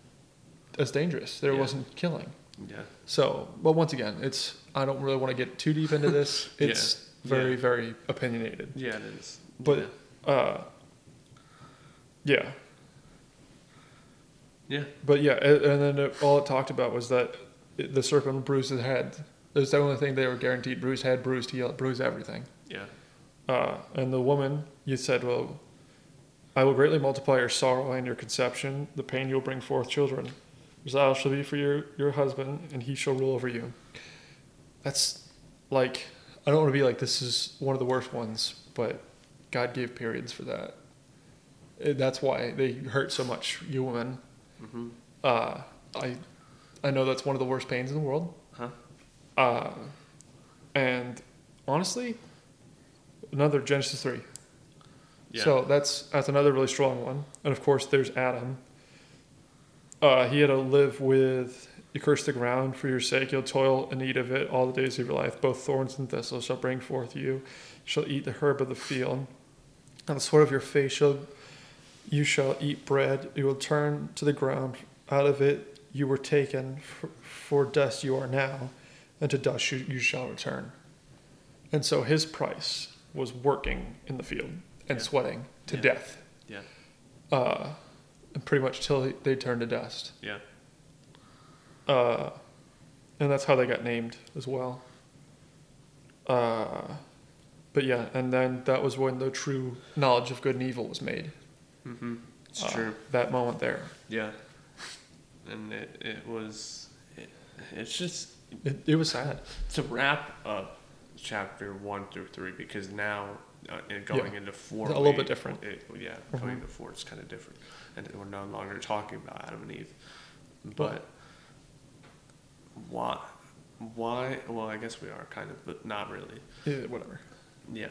B: as dangerous. There
C: Yeah.
B: wasn't killing.
C: yeah.
B: So, but once again, it's I don't really want to get too deep into this.
C: Yeah.
B: It's very,
C: Yeah.
B: very opinionated.
C: Yeah, it is.
B: But uh, yeah,
C: yeah, yeah.
B: but yeah, a- and then it, all it talked about was that it, the serpent bruised his head. That's the only thing they were guaranteed: bruised head, bruised heel, bruise everything.
C: yeah.
B: Uh, and the woman, you said, Well, I will greatly multiply your sorrow and your conception, the pain you will bring forth children. Zao shall be for your, your husband, and he shall rule over you. That's like, I don't want to be like, this is one of the worst ones, but God gave periods for that. Eh, That's why they hurt so much, you women.
C: Mm-hmm.
B: Uh, I, I know that's one of the worst pains in the world.
C: Huh?
B: Uh, and honestly, another Genesis 3.
C: Yeah.
B: So that's that's another really strong one. And of course, there's Adam. Uh, he had to live with you curse the ground for your sake. You'll toil and eat of it all the days of your life. Both thorns and thistles shall bring forth you. You shall eat the herb of the field, and the sweat of your face shall you shall eat bread. You will turn to the ground. Out of it you were taken. For, for dust you are now, and to dust you, you shall return. And so his price was working in the field and
C: Yeah.
B: sweating to
C: Yeah.
B: death,
C: yeah,
B: uh, and pretty much till he- they turned to dust.
C: yeah,
B: Uh, and that's how they got named as well. Uh, but yeah, and then that was when the true knowledge of good and evil was made.
C: Mm-hmm. It's
B: Uh,
C: true.
B: That moment there.
C: Yeah. And it, it was, it, it's just
B: It, it was sad.
C: to wrap up chapter one through three because now uh, and going into four
B: A little bit
C: we-
B: different. Mm-hmm.
C: It, yeah, going into four is kind of different, and we're no longer talking about Adam and Eve, but why? Why? Well, I guess we are kind of, but not really.
B: Yeah, whatever.
C: Yeah.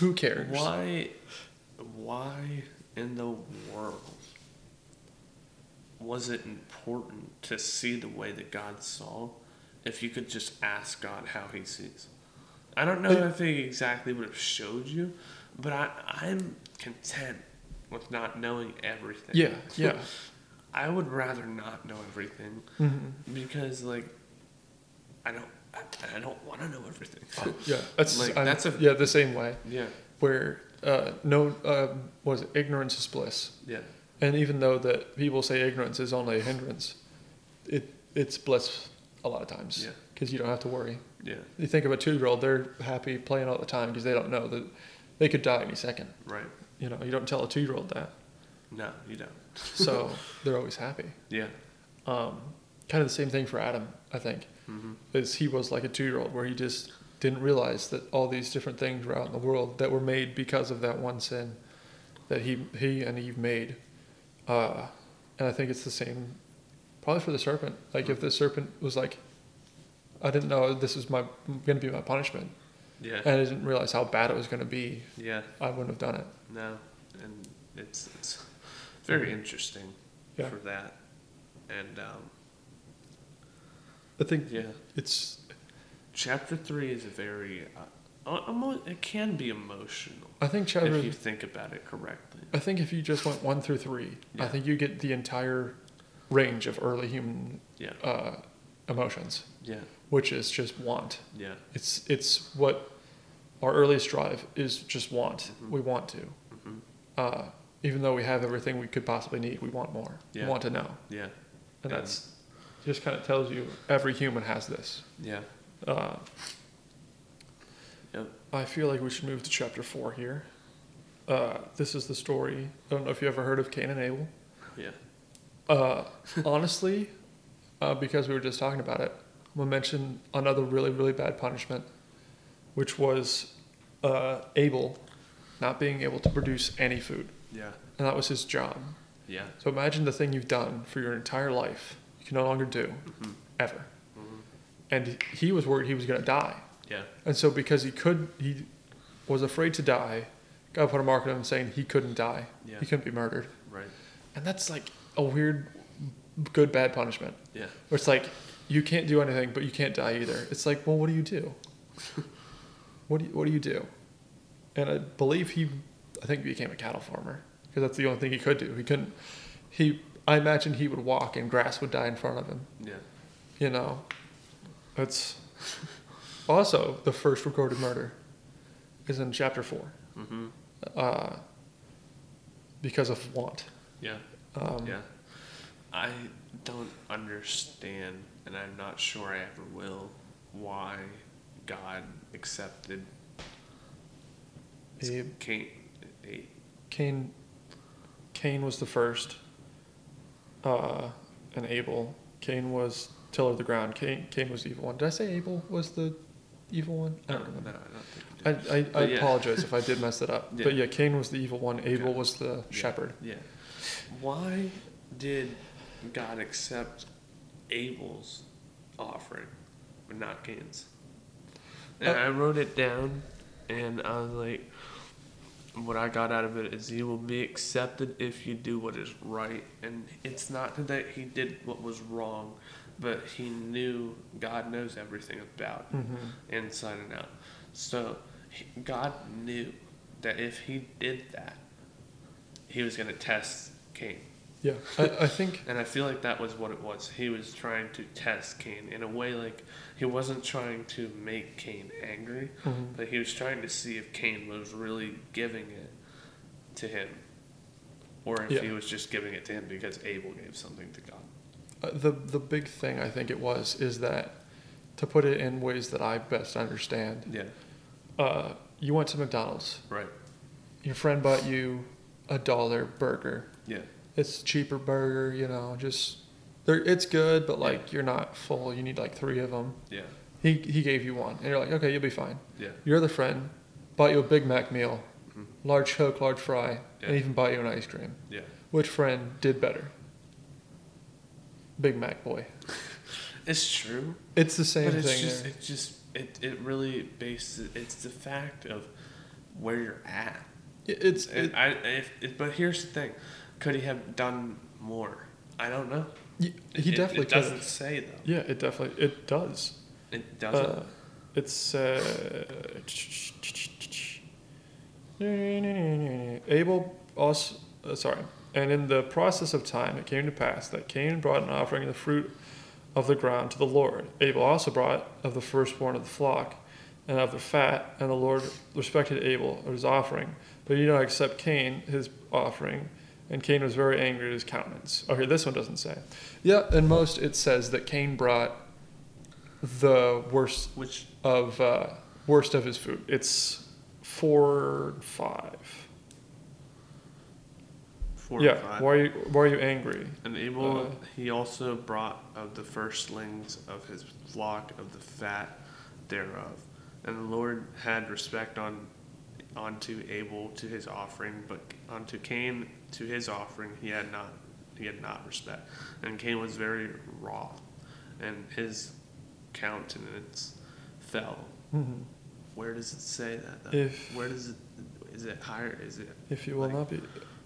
B: Who cares?
C: Why? Why in the world was it important to see the way that God saw if you could just ask God how He sees? I don't know if He exactly would have showed you, but I, I'm content with not knowing everything.
B: Yeah, yeah.
C: I would rather not know everything
B: Mhm.
C: because, like, I don't. I- I don't want to know everything.
B: Yeah, that's
C: Like,
B: I'm-
C: that's a-
B: yeah the same way
C: yeah,
B: where uh, no uh, was it? ignorance is bliss,
C: yeah,
B: and even though that people say ignorance is only a hindrance, it it's bliss a lot of times
C: Yeah.
B: because you don't have to worry.
C: yeah.
B: You think of a two year old; they're happy playing all the time because they don't know that they could die any second.
C: Right.
B: You know, you don't tell a two year old that,
C: No, you don't.
B: so they're always happy.
C: Yeah.
B: Um, kind of the same thing for Adam, I think.
C: Mm-hmm.
B: is he was like a two year old where he just didn't realize that all these different things were out in the world that were made because of that one sin that he he and Eve made. Uh, and I think it's the same probably for the serpent. Like if the serpent was like I didn't know this was my gonna be my punishment
C: Yeah.
B: and I didn't realize how bad it was gonna be,
C: yeah.
B: I wouldn't have done it.
C: No. And it's it's very interesting
B: Yeah.
C: for that. And um,
B: I think
C: yeah,
B: it's
C: chapter three is a very uh, uh, emo- it can be emotional
B: I think
C: if you
B: Chadwick.
C: think about it correctly.
B: I think if you just went one through three, I
C: Yeah.
B: think you get the entire range of early human
C: Yeah,
B: uh, emotions,
C: yeah,
B: which is just want.
C: yeah.
B: It's it's what our earliest drive is just want.
C: Mhm.
B: We want to.
C: hmm
B: Uh, even though we have everything we could possibly need, we want more.
C: Yeah.
B: We want to know.
C: Yeah,
B: And
C: Yeah.
B: that's just kind of tells you every human has this.
C: yeah.
B: Uh,
C: Yep.
B: I feel like we should move to chapter four here. Uh, this is the story. I don't know if you ever heard of Cain and Abel.
C: Yeah.
B: Uh, honestly, uh, because we were just talking about it, I'm gonna mention another really, really bad punishment, which was uh, Abel not being able to produce any food,
C: Yeah.
B: and that was his job.
C: Yeah.
B: So imagine the thing you've done for your entire life you can no longer do
C: Mhm.
B: ever, and he was worried he was gonna die,
C: Yeah.
B: and so because he could, he was afraid to die. God put a mark on him saying he couldn't die,
C: Yeah.
B: he couldn't be murdered,
C: Right.
B: and that's like a weird, good bad punishment.
C: Yeah.
B: Where it's like you can't do anything, but you can't die either. It's like, well, what do you do? what do you, what do you do? And I believe he, I think he became a cattle farmer because that's the only thing he could do. He couldn't. He, I imagine he would walk and grass would die in front of him.
C: Yeah.
B: You know, it's also the first recorded murder is in chapter four
C: Mm-hmm.
B: uh, because of want.
C: Yeah.
B: Um,
C: Yeah. I don't understand, and I'm not sure I ever will, why God accepted
B: Abe.
C: Cain. Abe.
B: Cain Cain was the first. Uh and Abel. Cain was tiller of the ground. Cain Cain was the evil one. Did I say Abel was the evil one? I
C: No,
B: don't
C: no, I
B: remember.
C: don't think you
B: I,
C: did.
B: I, I
C: But yeah.
B: apologize if I did mess that up. But
C: Yeah.
B: yeah, Cain was the evil one. Abel
C: Okay.
B: was the shepherd.
C: Yeah. Why did God accept Abel's offering, but not Cain's? And
B: Uh,
C: I wrote it down, and I was like, what I got out of it is you will be accepted if you do what is right. And it's not that he did what was wrong, but he knew God knows everything about him
B: Mm-hmm.
C: inside and out. So he, God knew that if he did that, he was going to test Cain.
B: Yeah. I, I think
C: And I feel like that was what it was. He was trying to test Cain in a way like he wasn't trying to make Cain angry,
B: mhm.
C: but he was trying to see if Cain was really giving it to him or if
B: Yeah.
C: he was just giving it to him because Abel gave something to God.
B: Uh, the the big thing I think it was is that to put it in ways that I best understand.
C: Yeah,
B: Uh, you went to McDonald's.
C: right.
B: Your friend bought you a dollar burger.
C: Yeah.
B: it's cheaper burger, you know, just they're, it's good, but like you're not full. You need like three of them.
C: Yeah.
B: He, he gave you one, and you're like, okay, you'll be fine.
C: Yeah.
B: Your other friend bought you a Big Mac meal,
C: Mhm.
B: large Coke, large fry,
C: Yeah.
B: and even bought you an ice cream.
C: Yeah.
B: Which friend did better? Big Mac boy.
C: It's true.
B: It's the same
C: but it's
B: thing.
C: just
B: there.
C: it just it, it really bases it's the fact of where you're at
B: It- it's
C: and
B: it,
C: I, if, it, but here's the thing could he have done more i don't know
B: y- he
C: It-
B: definitely
C: it doesn't
B: could've.
C: say though
B: Yeah, it definitely it does.
C: it doesn't
B: Uh, it's uh, Abel also uh, sorry. And in the process of time, it came to pass that Cain brought an offering of the fruit of the ground to the Lord. Abel also brought of the firstborn of the flock and of the fat, and the Lord respected Abel of his offering, but he did not accept Cain his offering. And Cain was very angry at his countenance. Okay, this one doesn't say. Yeah, in most it says that Cain brought the worst
C: which
B: of uh, worst of his food. It's four five.
C: four
B: yeah.
C: or five
B: Why are you why are you angry?
C: and abel
B: uh,
C: he also brought of the firstlings of his flock of the fat thereof and the lord had respect on unto abel to his offering but unto cain to his offering he had not he had not respect and cain was very wroth and his countenance fell Mm-hmm.
B: Mhm.
C: where does it say that though?
B: If-
C: where does it is it higher is it
B: If you will not be,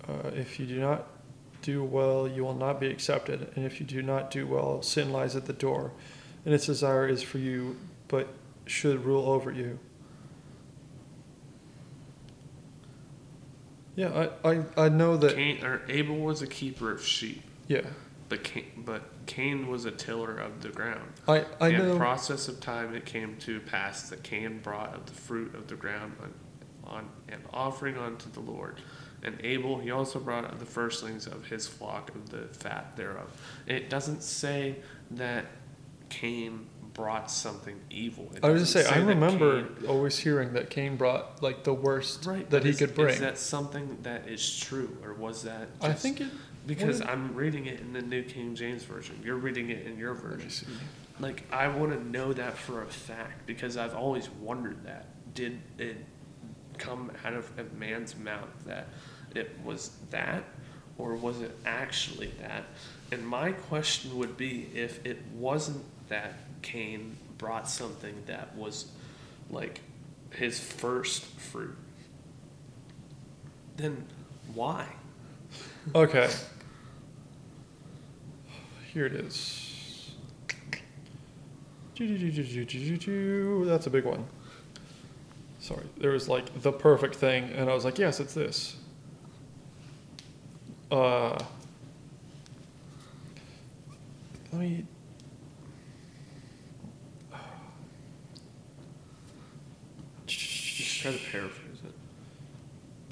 B: uh, if you do not do well, you will not be accepted. And if you do not do well, sin lies at the door, and its desire is for you, but should rule over you. Yeah, I, I, I know that.
C: Cain or Abel was a keeper of sheep,
B: Yeah,
C: but Cain, but Cain was a tiller of the ground.
B: I, I
C: in
B: know.
C: process of time it came to pass that Cain brought of the fruit of the ground on, on an offering unto the Lord. And Abel, he also brought of the firstlings of his flock of the fat thereof. It doesn't say that Cain brought something evil. It
B: I was just
C: doesn't
B: say, I
C: that
B: remember
C: Cain-
B: always hearing that Cain brought like the worst
C: right,
B: that
C: but
B: he
C: is-
B: could bring.
C: Is that something that is true, or was that? Just,
B: I think it.
C: because
B: what
C: I'm reading it in the New King James version. You're reading it in your
B: Let me
C: version.
B: see.
C: Like I want to know that for a fact because I've always wondered that. Did it come out of a man's mouth that it was that, or was it actually that? And my question would be if it wasn't that Cain brought something that was like his first fruit, then why?
B: Okay. Here it is. Doo-doo-doo-doo-doo-doo-doo. That's a big one. Sorry, there was like the perfect thing, and I was like, yes, it's this. Uh, let me.
C: Just try to paraphrase it.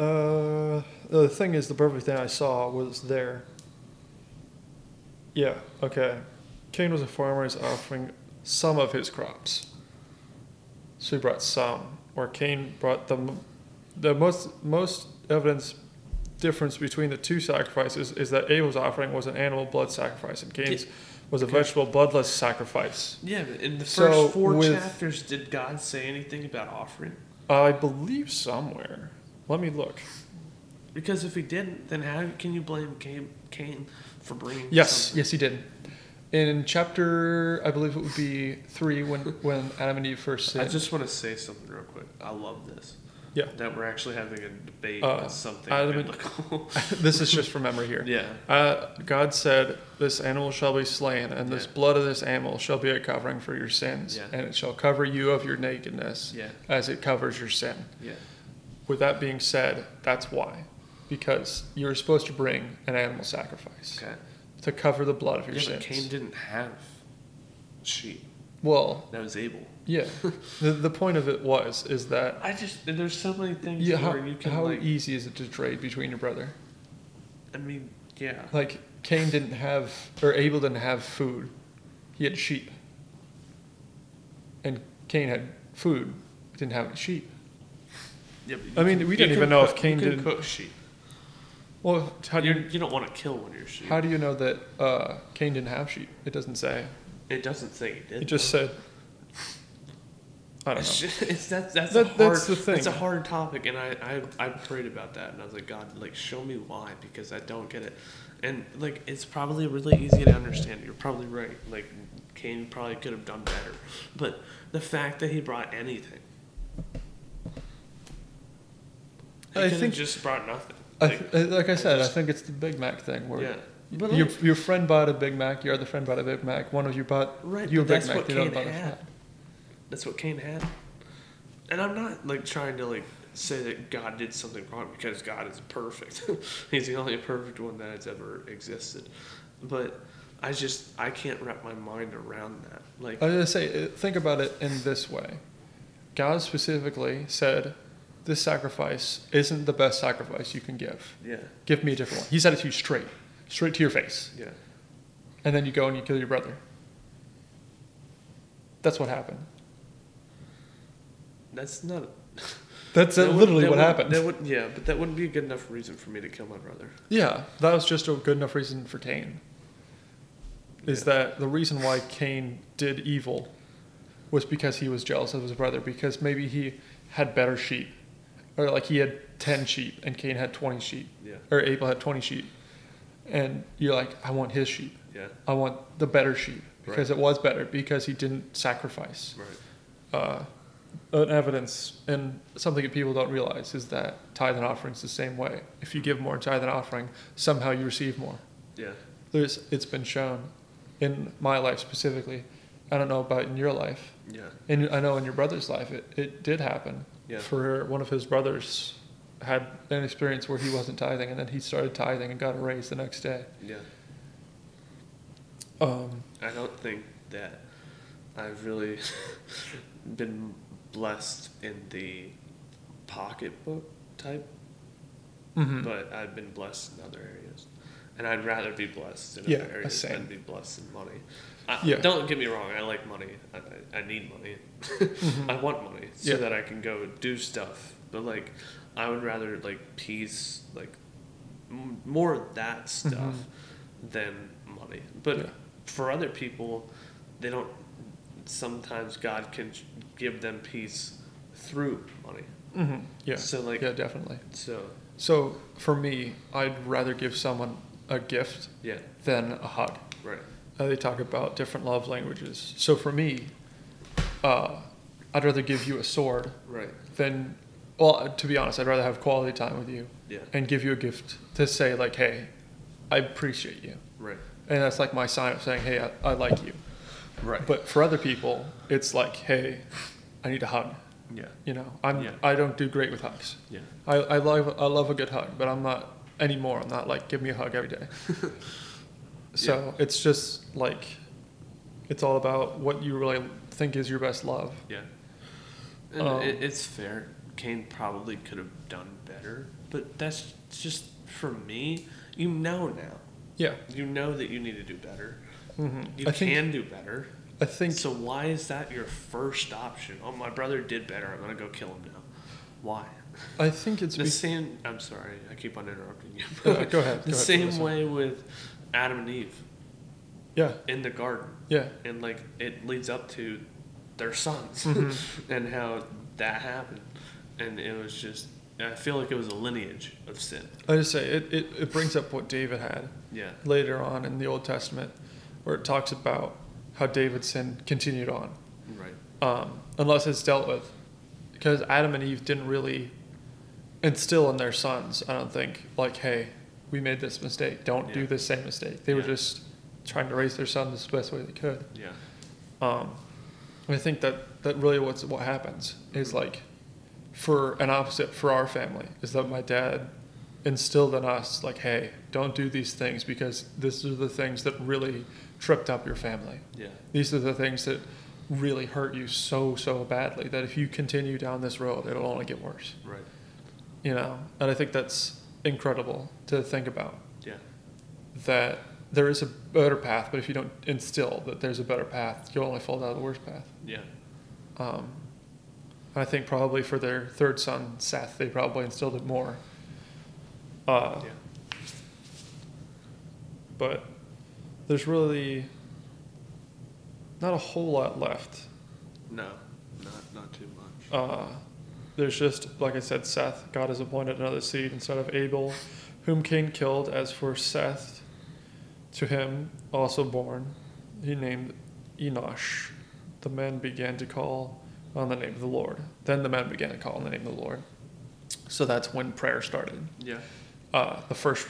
B: Uh, the thing is, the perfect thing I saw was there. Yeah, okay. Cain was a farmer, he's offering some of his crops. So he brought some, or Cain brought the, m- the most, most evidence difference between the two sacrifices is that Abel's offering was an animal blood sacrifice, and Cain's was a
C: okay.
B: vegetable bloodless sacrifice.
C: Yeah, but in the
B: So,
C: first four
B: with-
C: chapters, did God say anything about offering?
B: I believe somewhere. Let me look.
C: Because if he didn't, then how can you blame Cain, Cain for bringing?
B: Yes,
C: something?
B: yes, he did. In chapter, I believe it would be three, when when Adam and Eve first
C: I
B: sinned.
C: just want to say something real quick. I love this.
B: Yeah.
C: That we're actually having a debate
B: Uh,
C: on something
B: Adam and-
C: biblical.
B: this is just from memory here.
C: yeah.
B: Uh, God said, "This animal shall be slain, and this
C: Yeah.
B: blood of this animal shall be a covering for your sins,
C: Yeah.
B: and it shall cover you of your nakedness,
C: Yeah.
B: as it covers your sin."
C: Yeah.
B: With that being said, that's why, because you're supposed to bring an animal sacrifice
C: Okay.
B: to cover the blood of your
C: Yeah, but
B: sins.
C: Cain didn't have sheep.
B: well,
C: That was Abel.
B: yeah. the, the point of it was is that
C: I just and there's so many things
B: Yeah, how,
C: where you can
B: how e-
C: like.
B: easy is it to trade between your brother?
C: I mean, yeah.
B: Like Cain didn't have or Abel didn't have food. He had sheep. And Cain had food, he didn't have any sheep.
C: yeah but you
B: I mean,
C: can-
B: we
C: you
B: didn't
C: can
B: even know if
C: cook-
B: Cain
C: you can
B: didn't-
C: cook sheep.
B: Well, how do
C: You're-
B: you,
C: you don't want to kill one of your sheep.
B: how do you know that uh, Cain didn't have sheep? It doesn't say.
C: It doesn't say it did.
B: It just
C: though.
B: said I don't
C: It's
B: know.
C: just- it's- that's that's a
B: That-
C: hard,
B: that's the
C: It's a
B: thing.
C: hard topic, and I, I I prayed about that, and I was like, God, like show me why, because I don't get it, and like it's probably really easy to understand. You're probably right. Like Cain probably could have done better, but the fact that he brought anything, he
B: I
C: could have
B: think-
C: just brought nothing.
B: I
C: Like,
B: th- uh, like I said, I
C: just-
B: think it's the Big Mac thing where
C: yeah, but
B: your,
C: like,
B: your friend bought a Big Mac, your other friend bought a Big Mac, one of you bought
C: right,
B: you a
C: but
B: Big
C: that's
B: Mac,
C: what
B: the other
C: Cain
B: bought a
C: had.
B: fat.
C: That's what Cain had. And I'm not like trying to like say that God did something wrong because God is perfect. He's the only perfect one that has ever existed. But I just I can't wrap my mind around that. Like
B: I was gonna say, uh, think about it in this way. God specifically said, "This sacrifice isn't the best sacrifice you can give.
C: yeah,
B: Give me a different one." He said it to you straight, straight to your face,
C: yeah.
B: and then you go and you kill your brother. That's what happened.
C: That's not
B: That's uh,
C: that would-
B: literally
C: that
B: what
C: would-
B: happened.
C: That would yeah, but that wouldn't be a good enough reason for me to kill my brother.
B: yeah, that was just a good enough reason for Cain. Is
C: Yeah.
B: that the reason why Cain did evil? Was because he was jealous of his brother because maybe he had better sheep, or like he had ten sheep and Cain had twenty sheep.
C: Yeah,
B: or Abel had 20 sheep, and you're like, I want his sheep.
C: yeah.
B: I want the better sheep because it was better because he didn't sacrifice.
C: Right.
B: Uh, an evidence and something that people don't realize is that tithe and offerings the same way. If you give more in tithe and offering, somehow you receive more.
C: Yeah.
B: There's, it's been shown in my life specifically. I don't know about in your life,
C: Yeah.
B: and I know in your brother's life it, it did happen.
C: Yeah.
B: For one of his brothers, had an experience where he wasn't tithing, and then he started tithing and got a raise the next day.
C: Yeah.
B: Um,
C: I don't think that I've really been blessed in the pocketbook type,
B: mhm.
C: but I've been blessed in other areas. And I'd rather be blessed in
B: Yeah,
C: other areas
B: same.
C: than be blessed in money. I,
B: Yeah.
C: Don't get me wrong, I like money. I- I, I need money. I want money so
B: Mm-hmm. Yeah.
C: that I can go do stuff. But like, I would rather like peace, like m- more of that stuff than money. But
B: Mm-hmm. Yeah.
C: for other people, they don't. Sometimes God can ch- give them peace through money.
B: Mhm. Yeah.
C: So like,
B: yeah, definitely.
C: so
B: So for me, I'd rather give someone a gift
C: yeah,
B: than a hug.
C: right,
B: Uh, they talk about different love languages. So for me, uh, I'd rather give you a sword
C: right,
B: than, well, uh, to be honest, I'd rather have quality time with you
C: yeah,
B: and give you a gift to say like, hey, I appreciate you,
C: right,
B: and that's like my sign of saying, hey, I, I like you.
C: right,
B: But for other people, it's like, hey, I need a hug.
C: yeah,
B: You know, I'm
C: Yeah.
B: I don't do great with hugs.
C: yeah,
B: I, I love I love a good hug, but I'm not anymore. I'm not like give me a hug every day. so it's just like it's all about what you really think is your best love.
C: yeah. And
B: Um,
C: it, it's fair. Cain probably could have done better, but that's just for me. You know now.
B: Yeah,
C: You know that you need to do better.
B: hmm
C: You
B: I
C: can
B: think
C: do better.
B: I think
C: So why is that your first option? Oh, my brother did better. I'm gonna go kill him now. Why?
B: I think it's
C: The
B: be-
C: same. I'm sorry. I keep on interrupting you.
B: Uh, go ahead,
C: the
B: go ahead,
C: same
B: listen.
C: way with Adam and Eve
B: yeah
C: in the garden,
B: yeah
C: and like it leads up to their sons
B: Mhm.
C: and how that happened, and it was just. I feel like it was a lineage of sin.
B: I just say it, it, it brings up what David had
C: Yeah.
B: later on in the Old Testament, where it talks about how David's sin continued on,
C: Right.
B: um, unless it's dealt with, because Adam and Eve didn't really instill in their sons. I don't think like, hey, we made this mistake. Don't do
C: Yeah.
B: this same mistake. They were
C: Yeah.
B: just trying to raise their sons the best way they could.
C: Yeah.
B: Um, and I think that that really what's what happens is
C: Mhm.
B: like for an opposite for our family is that my dad instilled in us like, hey, don't do these things because these are the things that really tripped up your family.
C: Yeah.
B: These are the things that really hurt you so so badly that if you continue down this road, it'll only get worse.
C: Right.
B: You know, and I think that's incredible to think about
C: Yeah.
B: that there is a better path, but if you don't instill that there's a better path, you'll only fall down the worst path.
C: Yeah.
B: Um, I think probably for their third son, Seth, they probably instilled it more. Uh,
C: Yeah.
B: But there's really not a whole lot left.
C: No. Not not too much.
B: Uh, there's just, like I said, Seth. God has appointed another seed instead of Abel, whom Cain killed. As for Seth, to him also born, he named Enosh. The men began to call on the name of the Lord. Then the men began to call on the name of the Lord. So that's when prayer started.
C: Yeah.
B: Uh, the first,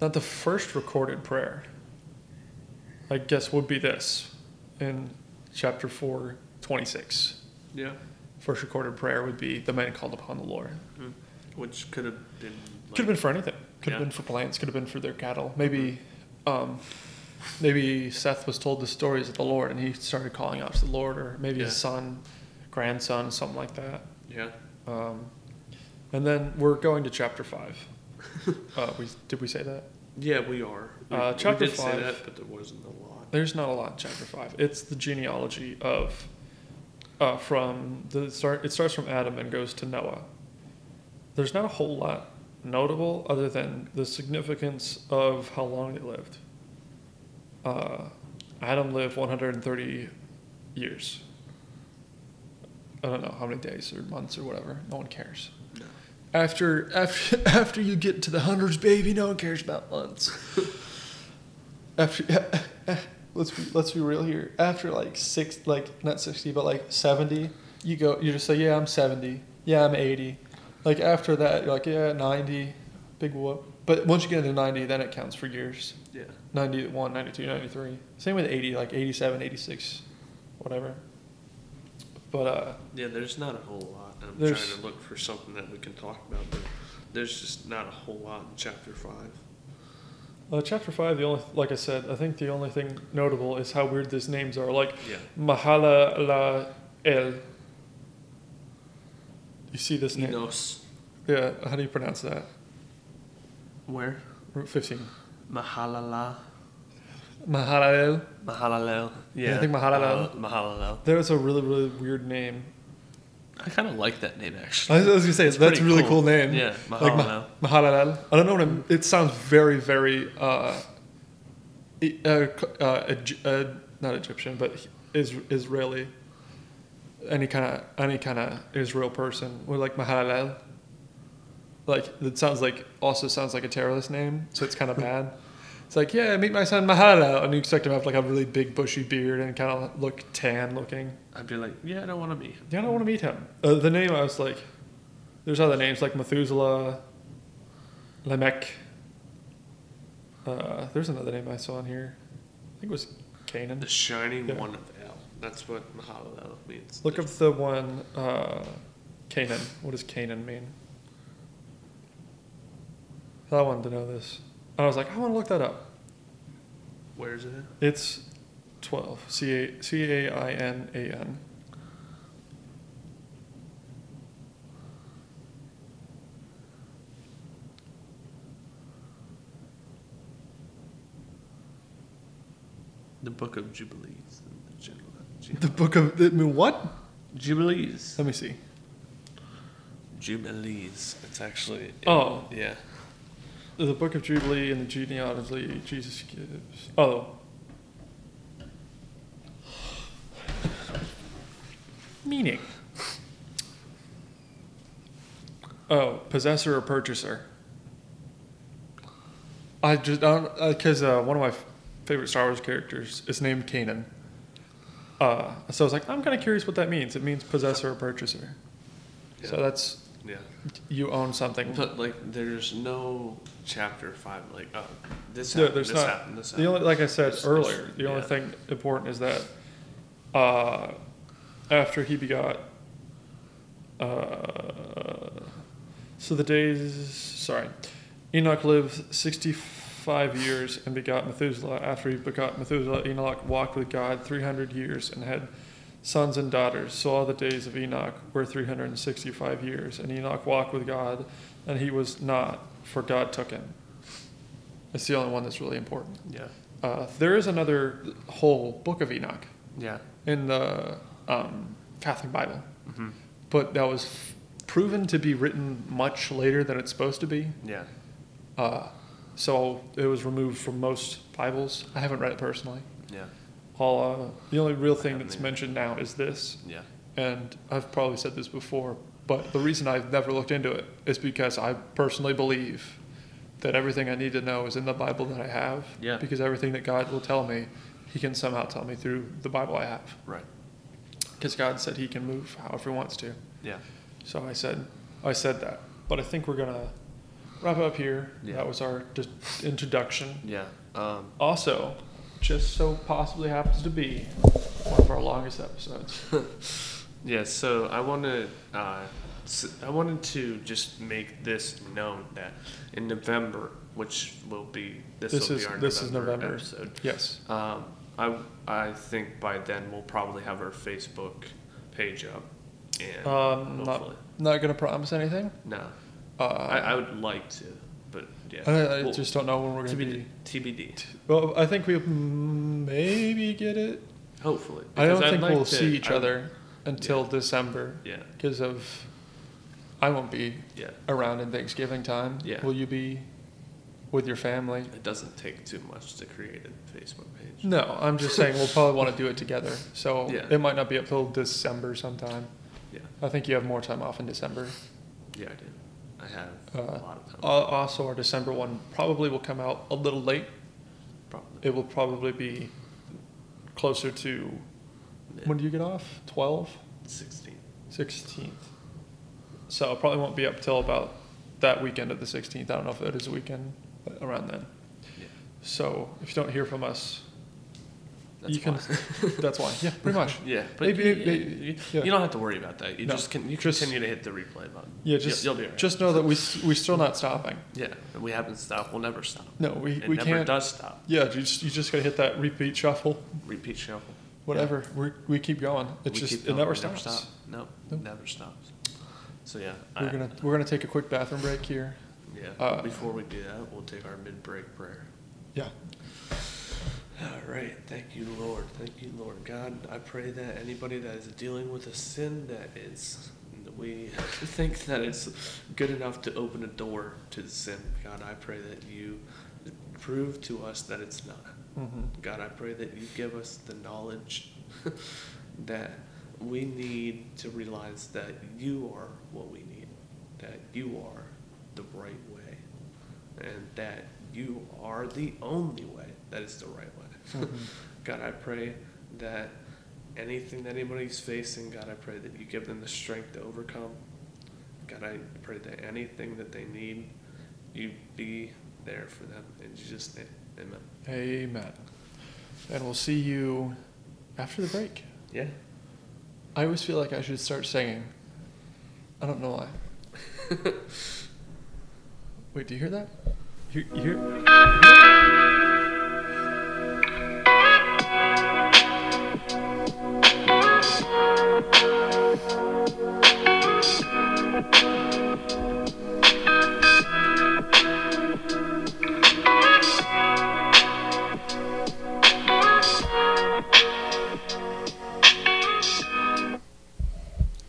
B: not the first recorded prayer, I guess would be this in chapter 4, 26
C: Yeah.
B: first recorded prayer would be the man called upon the Lord.
C: Which could have been. Like,
B: could have been for anything. Could have
C: Yeah.
B: been for plants. Could have been for their cattle. Maybe, um, maybe Seth was told the stories of the Lord and he started calling out to the Lord, or maybe
C: Yeah.
B: his son, grandson, something like that.
C: Yeah.
B: Um, and then we're going to chapter five. uh, we did we say that?
C: Yeah, we are. We,
B: Uh,
C: we
B: chapter
C: did say
B: five.
C: that, but there wasn't a lot.
B: There's not a lot in chapter five. It's the genealogy of uh, from the start. It starts from Adam and goes to Noah. There's not a whole lot notable other than the significance of how long they lived. Uh, Adam lived 130 years. I don't know how many days or months or whatever. No one cares.
C: No.
B: After after after you get to the hundreds, baby, no one cares about months. after let's be, let's be real here. After like six, like not sixty, but like seventy, you go. You just say, yeah, I'm seventy. Yeah, I'm eighty. Like after that, you're like, yeah, ninety, big whoop. But once you get into ninety, then it counts for years.
C: Yeah.
B: 91, 92, 93. Same with 80, like 87, 86, whatever. But uh,
C: Yeah, there's not a whole lot. I'm
B: There's-
C: trying to look for something that we can talk about, but there's just not a whole lot in chapter five.
B: uh, chapter five, the only like I said, I think the only thing notable is how weird these names are. Like
C: Yeah.
B: Mahala La El. You see this name?
C: Enos.
B: Yeah. How do you pronounce that?
C: Where?
B: Route fifteen.
C: Mahalala.
B: Mahala El.
C: Mahalalel. Uh,
B: Yeah, I think Mahalalel.
C: Mahalalel.
B: That is a really really weird name.
C: I kind of like that name actually.
B: I was I was gonna say that's a
C: pretty
B: really cool,
C: cool.
B: name.
C: Yeah,
B: Like Ma- Mahalalal. I don't know what I'm, it sounds. Very very. Uh, E- uh, c- uh, Egy- uh, not Egyptian, but he- is Israeli. Any kind of any kind of Israel person would like Mahalalel. Like it sounds like also sounds like a terrorist name, so it's kind of bad. It's like yeah, meet my son Mahalal, and you expect him to have like a really big bushy beard and kind of look tan looking.
C: I'd be like, yeah, I don't want to be.
B: Yeah, I don't want to meet him. Uh, the name I was like, there's other names like Methuselah, Lamech. Uh, there's another name I saw in here. I think it was Canaan.
C: The shining
B: Yeah.
C: one of El. That's what Mahalalel means.
B: Look up the one uh, Canaan. What does Canaan mean? I wanted to know this. I was like, I want to look that up.
C: Where is it? at?
B: It's twelve. C a c a i n a n.
C: The Book of Jubilees. The general-
B: The book of I mean, what?
C: Jubilees.
B: Let me see.
C: Jubilees. It's actually.
B: Oh.
C: Yeah.
B: The Book of Jubilee and the genealogy Jesus gives. Oh. Meaning. Oh, possessor or purchaser. I just don't because uh, one of my f- favorite Star Wars characters is named Kanan. Uh, so I was like, I'm kind of curious what that means. It means possessor or purchaser.
C: Yeah.
B: So that's
C: yeah.
B: you own something.
C: But like, there's no chapter five. Like, oh, this
B: No,
C: happened.
B: there's
C: this
B: not.
C: happened. This
B: The only, like I said
C: It's- it's-
B: earlier, the only
C: yeah.
B: thing important is that uh, after he begot, uh, so the days, sorry, Enoch lived 65 years and begot Methuselah. After he begot Methuselah, Enoch walked with God 300 years and had sons and daughters. So all the days of Enoch were 365 years, and Enoch walked with God, and he was not, for God took him. It's the only one that's really important.
C: yeah.
B: Uh, there is another whole book of Enoch
C: Yeah.
B: in the um, Catholic Bible,
C: Mhm.
B: but that was f- proven to be written much later than it's supposed to be.
C: Yeah.
B: Uh, so it was removed from most Bibles. I haven't read it personally.
C: Yeah.
B: All uh, the only real thing
C: haven't
B: that's
C: either.
B: mentioned now is this,
C: Yeah.
B: and I've probably said this before, but the reason I've never looked into it is because I personally believe that everything I need to know is in the Bible that I have.
C: Yeah.
B: Because everything that God will tell me, He can somehow tell me through the Bible I have.
C: Right.
B: Because God said He can move however He wants to.
C: Yeah.
B: So I said, I said that. But I think we're gonna wrap up here.
C: Yeah.
B: That was our just introduction.
C: Yeah. Um,
B: Also, just so possibly happens to be one of our longest episodes.
C: yeah. So I want to. Uh, s I wanted to just make this known that in November, which will be this,
B: This
C: will
B: is-
C: be our
B: this is November.
C: episode.
B: Yes.
C: Um, I I think by then we'll probably have our Facebook page up. And
B: Um,
C: hopefully.
B: not, not gonna promise anything.
C: no.
B: Uh,
C: I,
B: I,
C: I would like to, but yeah.
B: I
C: Well,
B: just don't know when we're gonna
C: TBD.
B: be.
C: TBD.
B: Well, I think we maybe get it.
C: Hopefully.
B: I
C: because
B: don't
C: I'd
B: think
C: like
B: we'll
C: to-
B: see each
C: I-
B: other until December
C: Yeah.
B: because of I won't be
C: Yeah.
B: around in Thanksgiving time.
C: Yeah.
B: Will you be with your family?
C: It doesn't take too much to create a Facebook page.
B: No, I'm just saying we'll probably want to do it together. So
C: Yeah.
B: it might not be up till December sometime.
C: Yeah.
B: I think you have more time off in December.
C: Yeah, I did. I have
B: Uh,
C: a lot of time.
B: Uh, also, our December one probably will come out a little late.
C: probably
B: It will probably be closer to
C: mid-
B: when do you get off? 12?
C: 16.
B: 16th. So it probably won't be up till about that weekend of the 16th. I don't know if that is a weekend, but around then.
C: Yeah.
B: So if you don't hear from us
D: That's
B: you can-
D: why.
B: That's why. Yeah, pretty much.
C: Yeah, but
B: Maybe-
C: you,
B: maybe-
C: you-
B: yeah.
C: you don't have to worry about that. You
B: No,
C: just can you
B: just-
C: continue to hit the replay button.
B: Yeah,
C: You'll-
B: just
C: you'll, be all right.
B: just know that we s- we're still not stopping.
C: yeah. We haven't stopped. We'll never stop.
B: No, we,
C: It
B: we
C: never
B: can't.
C: does stop.
B: Yeah, you just you just gotta hit that repeat shuffle,
C: Repeat shuffle.
B: whatever. We're, we keep going. It
C: We
B: just
C: keep
B: it
C: going.
B: never
C: We
B: stops.
C: stop. No,
B: No.
C: never stops. So yeah,
B: We're
C: I-
B: gonna we're gonna take a quick bathroom break here.
C: yeah.
B: uh,
C: Before we do that, we'll take our mid-break prayer.
B: Yeah.
C: All right. Thank you, Lord. Thank you, Lord God. I pray that anybody that is dealing with a sin that is, we think that it's good enough to open a door to the sin. God, I pray that you prove to us that it's not.
B: Mm-hmm.
C: God, I pray that you give us the knowledge that we need to realize that you are what we need, that you are the right way, and that you are the only way that is the right way.
B: Mm-hmm.
C: God, I pray that anything that anybody's facing, God, I pray that you give them the strength to overcome. God, I pray that anything that they need, you be there for them. In Jesus' name, amen.
B: Amen. And we'll see you after the break.
C: Yeah.
B: I always feel like I should start singing. I don't know why. Wait, do you hear that? You, you hear?